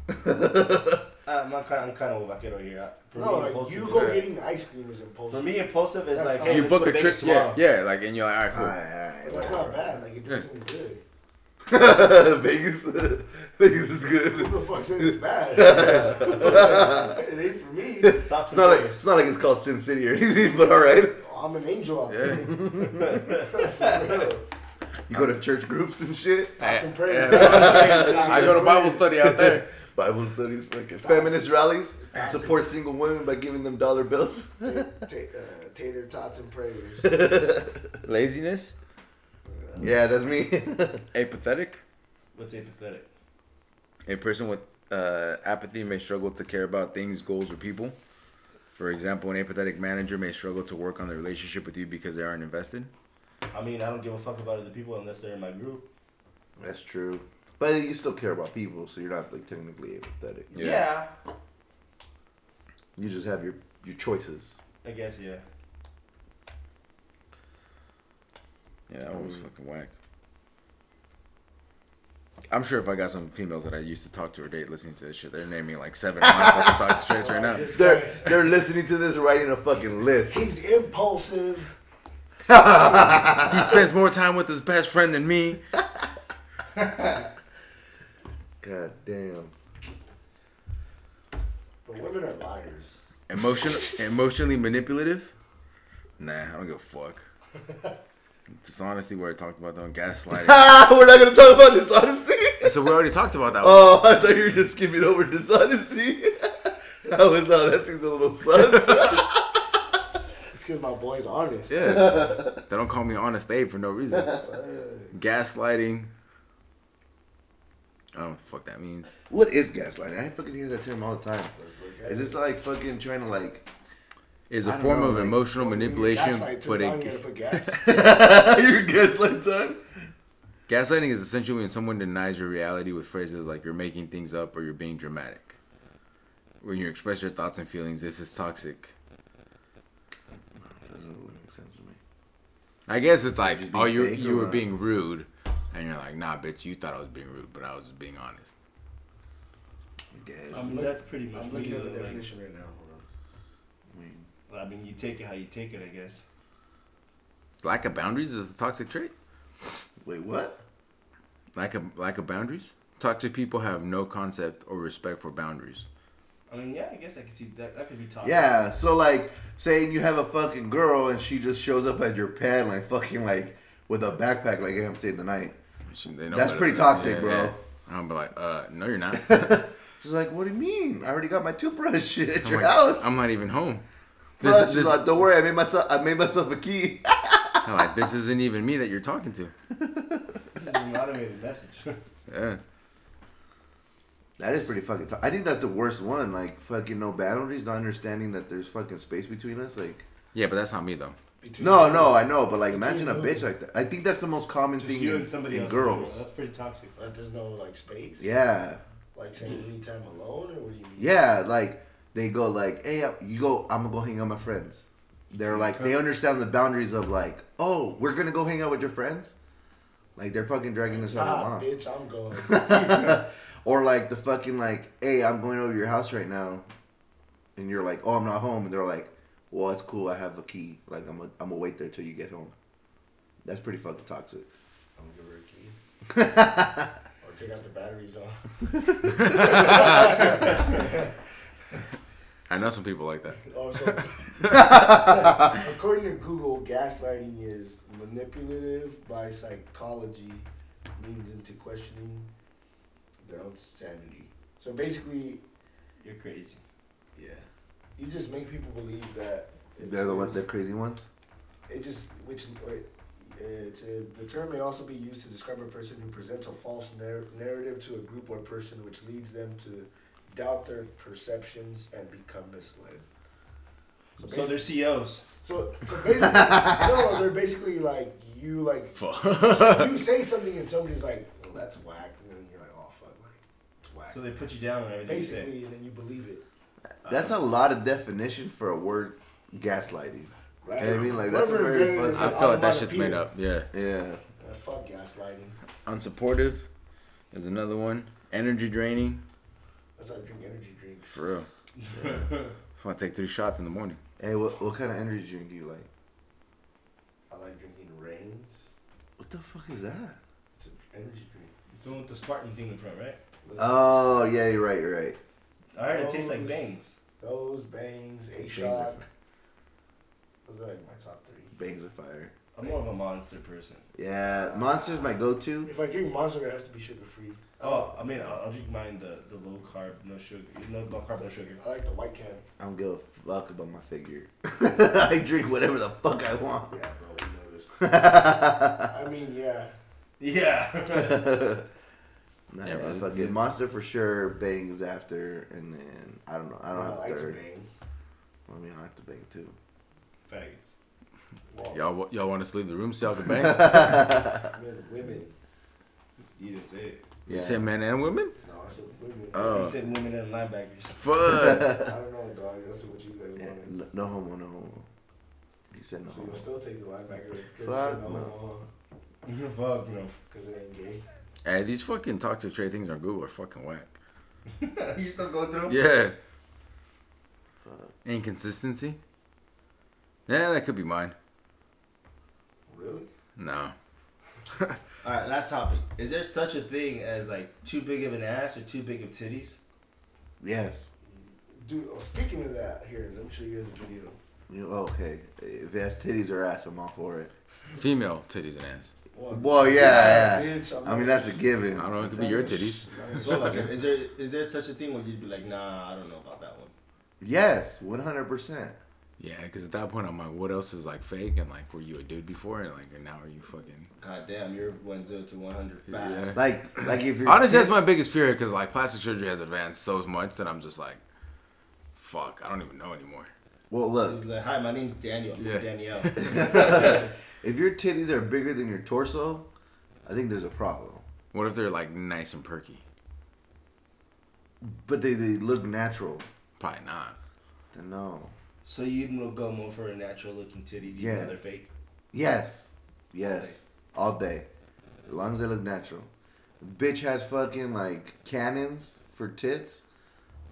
A: I'm, I'm kind of, I'm kind of vaquero here. For
D: No,
A: me,
D: like
A: impulsive
D: you
A: is-
D: go getting ice cream is impulsive.
A: For me, impulsive is
D: That's
A: like
D: not-
A: hey,
C: you
A: let's
C: book
A: go
C: a trip.
A: Vegas
C: Yeah,
A: tomorrow.
C: yeah. Like, and you're like, all right, cool.
B: Alright,
D: that's not bad. Like you're doing
C: Yeah.
D: something good.
B: alright. Vegas, Vegas is good.
D: Who the fuck said it's bad? it ain't for me.
A: Thoughts
B: It's
A: and
B: not like
A: prayers.
B: it's not like it's called Sin City or anything, but alright.
D: I'm an angel out there.
C: Yeah.
D: For real.
B: You go to church groups and shit.
D: Thoughts and prayers.
C: I go to Bible study out there.
B: Bible studies, fucking feminist rallies. Support single women by giving them dollar bills.
D: study. uh, Tater tots and prayers.
C: Laziness,
B: Yeah, that's me.
C: apathetic.
A: What's apathetic?
C: A person with uh, apathy may struggle to care about things, goals, or people. For example, an apathetic manager may struggle to work on the relationship with you because they aren't invested.
A: I mean, I don't give a fuck about other people unless they're in my group.
B: that's true. But you still care about people, so you're not like technically apathetic.
C: Yeah.
B: You just have your your choices.
A: I guess yeah.
C: Mm. Yeah, that one was fucking whack. I'm sure if I got some females that I used to talk to or date listening to this shit, they're naming like seven of my fucking toxic traits right now.
D: This
B: They're,
D: guy's-
B: they're listening to this, writing a fucking list.
D: He's impulsive.
C: He spends more time with his best friend than me.
B: God damn.
D: But women are liars.
C: Emotion, emotionally manipulative. Nah, I don't give a fuck. Dishonesty, where I talked about that, and gaslighting.
B: We're not gonna talk about dishonesty.
C: so we already talked about that. one.
B: Oh, I thought you were just skipping over dishonesty. I was oh, that seems a little sus.
D: It's because my boy's honest. Uh,
C: Yeah. they don't call me Honest Abe for no reason. Gaslighting. I don't know what the fuck that means.
B: what is gaslighting? I fucking hear that term all the time. Is this like fucking trying to like?
C: It's a
B: I don't
C: form
B: know,
C: of
B: like,
C: emotional manipulation,
D: Gaslight
C: but
D: but down, you
C: it,
D: gotta put gas.
B: You're gaslighting, son.
C: gaslighting is essentially when someone denies your reality with phrases like "you're making things up" or "you're being dramatic." When you express your thoughts and feelings, this is toxic.
B: That doesn't really make oh, sense to me.
C: I guess it's like,
B: Just being
C: oh, you
B: fake
C: you
B: or
C: were
B: what?
C: being rude, and you're like, nah, bitch, you thought I was being rude, but I was just being honest.
B: I guess.
A: I mean, that's pretty much.
D: I'm
A: me,
D: looking at the
A: though, like,
D: definition right now. Hold on.
B: I mean,
A: I mean, you take it how you take it, I guess.
C: Lack of boundaries is a toxic trait.
B: wait, what?
C: Lack of lack of boundaries. Toxic people have no concept or respect for boundaries.
A: I mean, yeah, I guess I could see that. That could be toxic.
B: Yeah, so like saying you have a fucking girl and she just shows up at your pad like fucking like with a backpack like hey, I'm staying the night.
C: They know
B: That's
C: better
B: pretty
C: than-
B: toxic, bro.
C: I'm like, uh, no, you're not.
B: She's like, what do you mean? I already got my toothbrush shit at
C: I'm
B: your
C: like,
B: house.
C: I'm not even home.
B: Fuck,
C: This, is-
B: she's
C: this,
B: like, don't worry, I made myself I made myself a key.
C: I'm like, this isn't even me that you're talking to.
A: This is an automated message.
C: Yeah.
B: that is pretty fucking. To- I think that's the worst one. Like fucking no boundaries, not understanding that there's fucking space between us. Like
C: yeah, but that's not me though.
D: Between
B: no,
D: the-
B: no, I know, but like imagine a
D: you.
B: bitch like that. I think that's the most common
A: Just
B: thing
A: you
B: in,
A: and somebody
B: in
A: else.
B: girls.
A: That's pretty toxic.
D: Like there's no like space.
B: Yeah.
D: Like saying you need time alone, or what do you mean?
B: Yeah, like they go like, "Hey, I- you go. I'm gonna go hang out with my friends." They're like, they understand the boundaries of like, "Oh, we're gonna go hang out with your friends." Like they're fucking dragging this shit
A: Ah,
D: Nah,
B: along,
D: Ah, bitch, I'm going.
B: or like the fucking like, "Hey, I'm going over to your house right now," and you're like, "Oh, I'm not home," and they're like, "Well, it's cool. I have a key. Like, I'm gonna I'm gonna wait there till you get home." That's pretty fucking toxic.
D: I'm gonna give her a key. or take out the batteries off.
C: I know some people like that.
D: Also, according to Google, gaslighting is manipulative by psychology, means into questioning their own sanity. So basically,
A: You're crazy.
D: yeah, you just make people believe that it's-
B: They're the ones, the crazy ones.
D: It just which wait, it's uh the term may also be used to describe a person who presents a false nar- narrative to a group or person, which leads them to doubt their perceptions and become misled. So,
A: So
D: basically,
A: they're E CEOs.
D: so, so basically, no, they're basically like you like you say something and somebody's like, well, that's whack, and then you're like, oh fuck, like it's whack.
A: So they put you down on everything you say.
D: basically, and then you believe it.
B: That's a lot of definition for a word, gaslighting.
D: Right?
B: I mean, like, that's a
D: Whatever
B: very
D: it
B: fun-
D: is,
C: I
D: like,
C: feel like that shit's
D: onomatopoeia.
C: made up. Yeah.
B: Yeah.
D: Uh, fuck gaslighting.
C: Unsupportive is another one. Energy draining.
D: That's why I drink energy drinks.
C: For real. That's why I take three shots in the morning.
B: Hey, what what kind of energy drink do you like?
D: I like drinking rains.
B: What the fuck is that?
D: It's an energy drink.
A: It's the one with the Spartan thing in front, right?
B: Oh yeah, you're right, you're right.
A: I heard it tastes like
D: Those-
A: bangs.
D: Those bangs, A
C: are-
D: Shock. Those are like my top three.
B: Bangs of fire.
A: I'm more of a monster person.
B: Yeah, monster's my go-to.
D: If I drink Monster, it has to be sugar free.
A: Oh, I mean, I'll, I'll drink mine the, the low carb, no sugar, no, no carb, no sugar.
D: I like the white can.
B: I don't give a fuck about my figure. I drink whatever the fuck I want.
D: Yeah, bro, we noticed. I mean, yeah.
A: Yeah.
B: Nah,
C: Yeah,
B: yeah,
C: but-
B: fucking monster for sure. Bangs after, and then I don't know. I
D: I,
B: don't have
D: like
B: a
D: to
B: third.
D: bang.
B: I mean, I like to bang too.
A: Faggots.
D: Well,
C: Y'all, wa- y'all want us to leave the room so y'all can bang?
D: men, women.
A: You didn't say it.
C: You
B: Yeah.
C: say men and women?
D: No, I said women.
A: You
C: Oh,
A: said women and linebackers.
C: fuck.
D: I don't know, dog. That's what you guys
B: Yeah,
D: wanted.
B: no, no homo, no homo. He said no
D: So
B: homo.
D: you'll still take the linebacker because
B: Fuck
D: it's
B: no.
D: no,
A: Fuck no.
D: because it ain't gay.
C: Hey, these fucking toxic trait things on Google are fucking whack.
A: you still go through? 'em?
C: Yeah. Inconsistency. Yeah, that could be mine.
D: Really?
C: No.
A: All right, last topic. Is there such a thing as like too big of an ass or too big of titties?
B: Yes.
D: Dude, oh, speaking of that, here, let me show you guys a video.
B: You, okay. If it has titties or ass, I'm all for it.
C: Female titties and ass.
D: Well,
B: Well, yeah. yeah.
D: bitch, I'm
B: I mean,
D: not-
B: that's a given.
C: I don't know. It could be your titties.
A: So like, is there is there such a thing where you'd be like, nah, I don't know about that one.
B: Yes, 100%.
C: Yeah, because at that point I'm like, what else is like fake and like, were you a dude before and like, and now are you fucking?
A: God damn, you're one zero to one hundred fast.
B: Like, like if you're.
C: Honestly, that's my biggest fear because like plastic surgery has advanced so much that I'm just like, fuck, I don't even know anymore.
B: Well,
A: You'd
B: look.
A: be like, hi, my name's Daniel.
C: Yeah.
A: Danielle.
B: If your titties are bigger than your torso, I think there's a problem.
C: What if they're like nice and perky?
B: But they, they look natural.
C: Probably not.
B: Then no.
A: so you'd go more for a natural looking titties, even
B: Yeah.
A: though they're fake.
B: Yes. Yes. All day. As long as they look natural. Bitch has fucking like cannons for tits.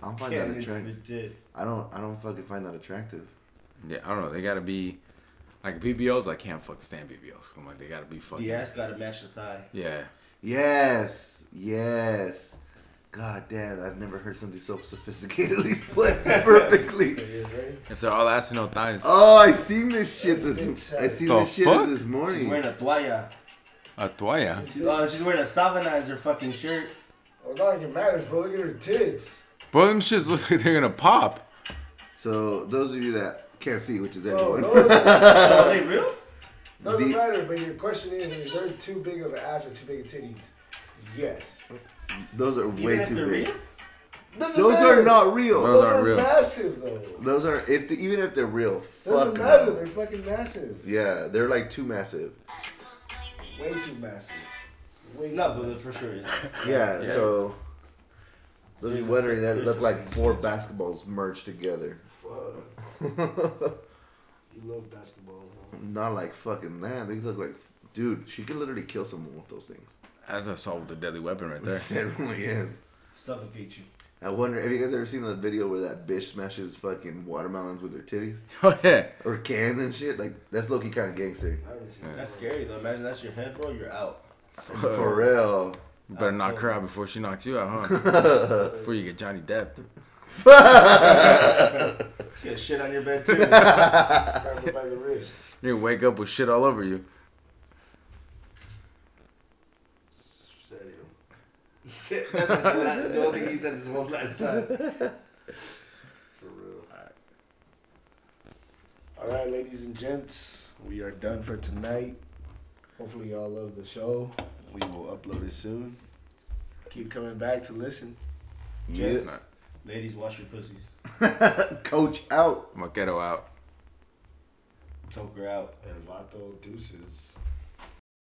B: I don't find that
A: Cannons
B: attractive.
A: for tits.
B: I don't I don't fucking find that attractive.
C: Yeah, I don't know. They gotta be like BBLs. I can't fucking stand BBLs. I'm like, they gotta be fucking.
A: The ass gotta match the thigh.
C: Yeah.
B: Yes. Yes. God damn, I've never heard something so sophisticatedly put perfectly.
D: It is, right?
C: If they're all ass and no thighs,
B: Oh, I seen this shit this I seen
C: The
B: this shit
C: fuck?
B: this
A: She's
B: morning.
A: wearing a toalla.
C: a toya.
A: She- oh, she's wearing a Savanizer fucking shirt.
D: Oh, not like it matters, bro. Look at her tits.
C: Bro, them shits look like they're gonna pop.
B: So those of you that can't see, which is
D: Bro,
B: everyone,
D: no, doesn't,
A: Oh, are they real?
D: doesn't
B: The-
D: matter. But your question is, is there too big of an ass or too big of titties? Yes.
B: those are
A: Even
B: way
A: if
B: too
A: they're
B: big.
A: real?
D: Doesn't
B: Those
D: matter.
B: are not real.
C: Those
D: Those
C: aren't
D: are
C: real.
D: massive though.
B: Those are if the, even if they're real, fuck
D: Doesn't matter.
B: no.
D: They're fucking massive.
B: Yeah, they're like too massive.
D: Way too massive. Way
A: No,
D: too
A: but for sure is.
B: Yeah,
C: Yeah.
B: so those
A: There's
B: are
A: a-
B: wondering that
A: there's
B: look
A: a
B: like
A: sense.
B: four basketballs merged together.
D: Fuck. you love basketball. Huh?
B: Not like fucking that. They look like dude. She could literally kill someone with those things.
C: That's assault with a deadly weapon right there.
B: It really is.
A: Suffocate you.
B: I wonder. Have you guys ever seen the video where that bitch smashes fucking watermelons with her titties
C: oh yeah.
B: or cans and shit? Like that's Loki kind of gangster.
D: I haven't seen
A: That's scary though. Imagine that's your head, bro. You're out.
B: For real.
C: You better knock her out before she knocks you out, huh? before you get Johnny Depp.
A: You got shit on your bed too.
D: that. Grab her by the wrist.
C: You wake up with shit all over you.
D: Serio.
A: That's like the, la- the only thing he said this whole last time.
D: For real. All right, ladies and gents, we are done for tonight. Hopefully, y'all love the show. We will upload it soon. Keep coming back to listen.
B: Yeah.
A: Gents, Ladies, wash your pussies.
B: Coach out.
C: Moquero out.
A: Toke her out.
D: And Vato Deuces.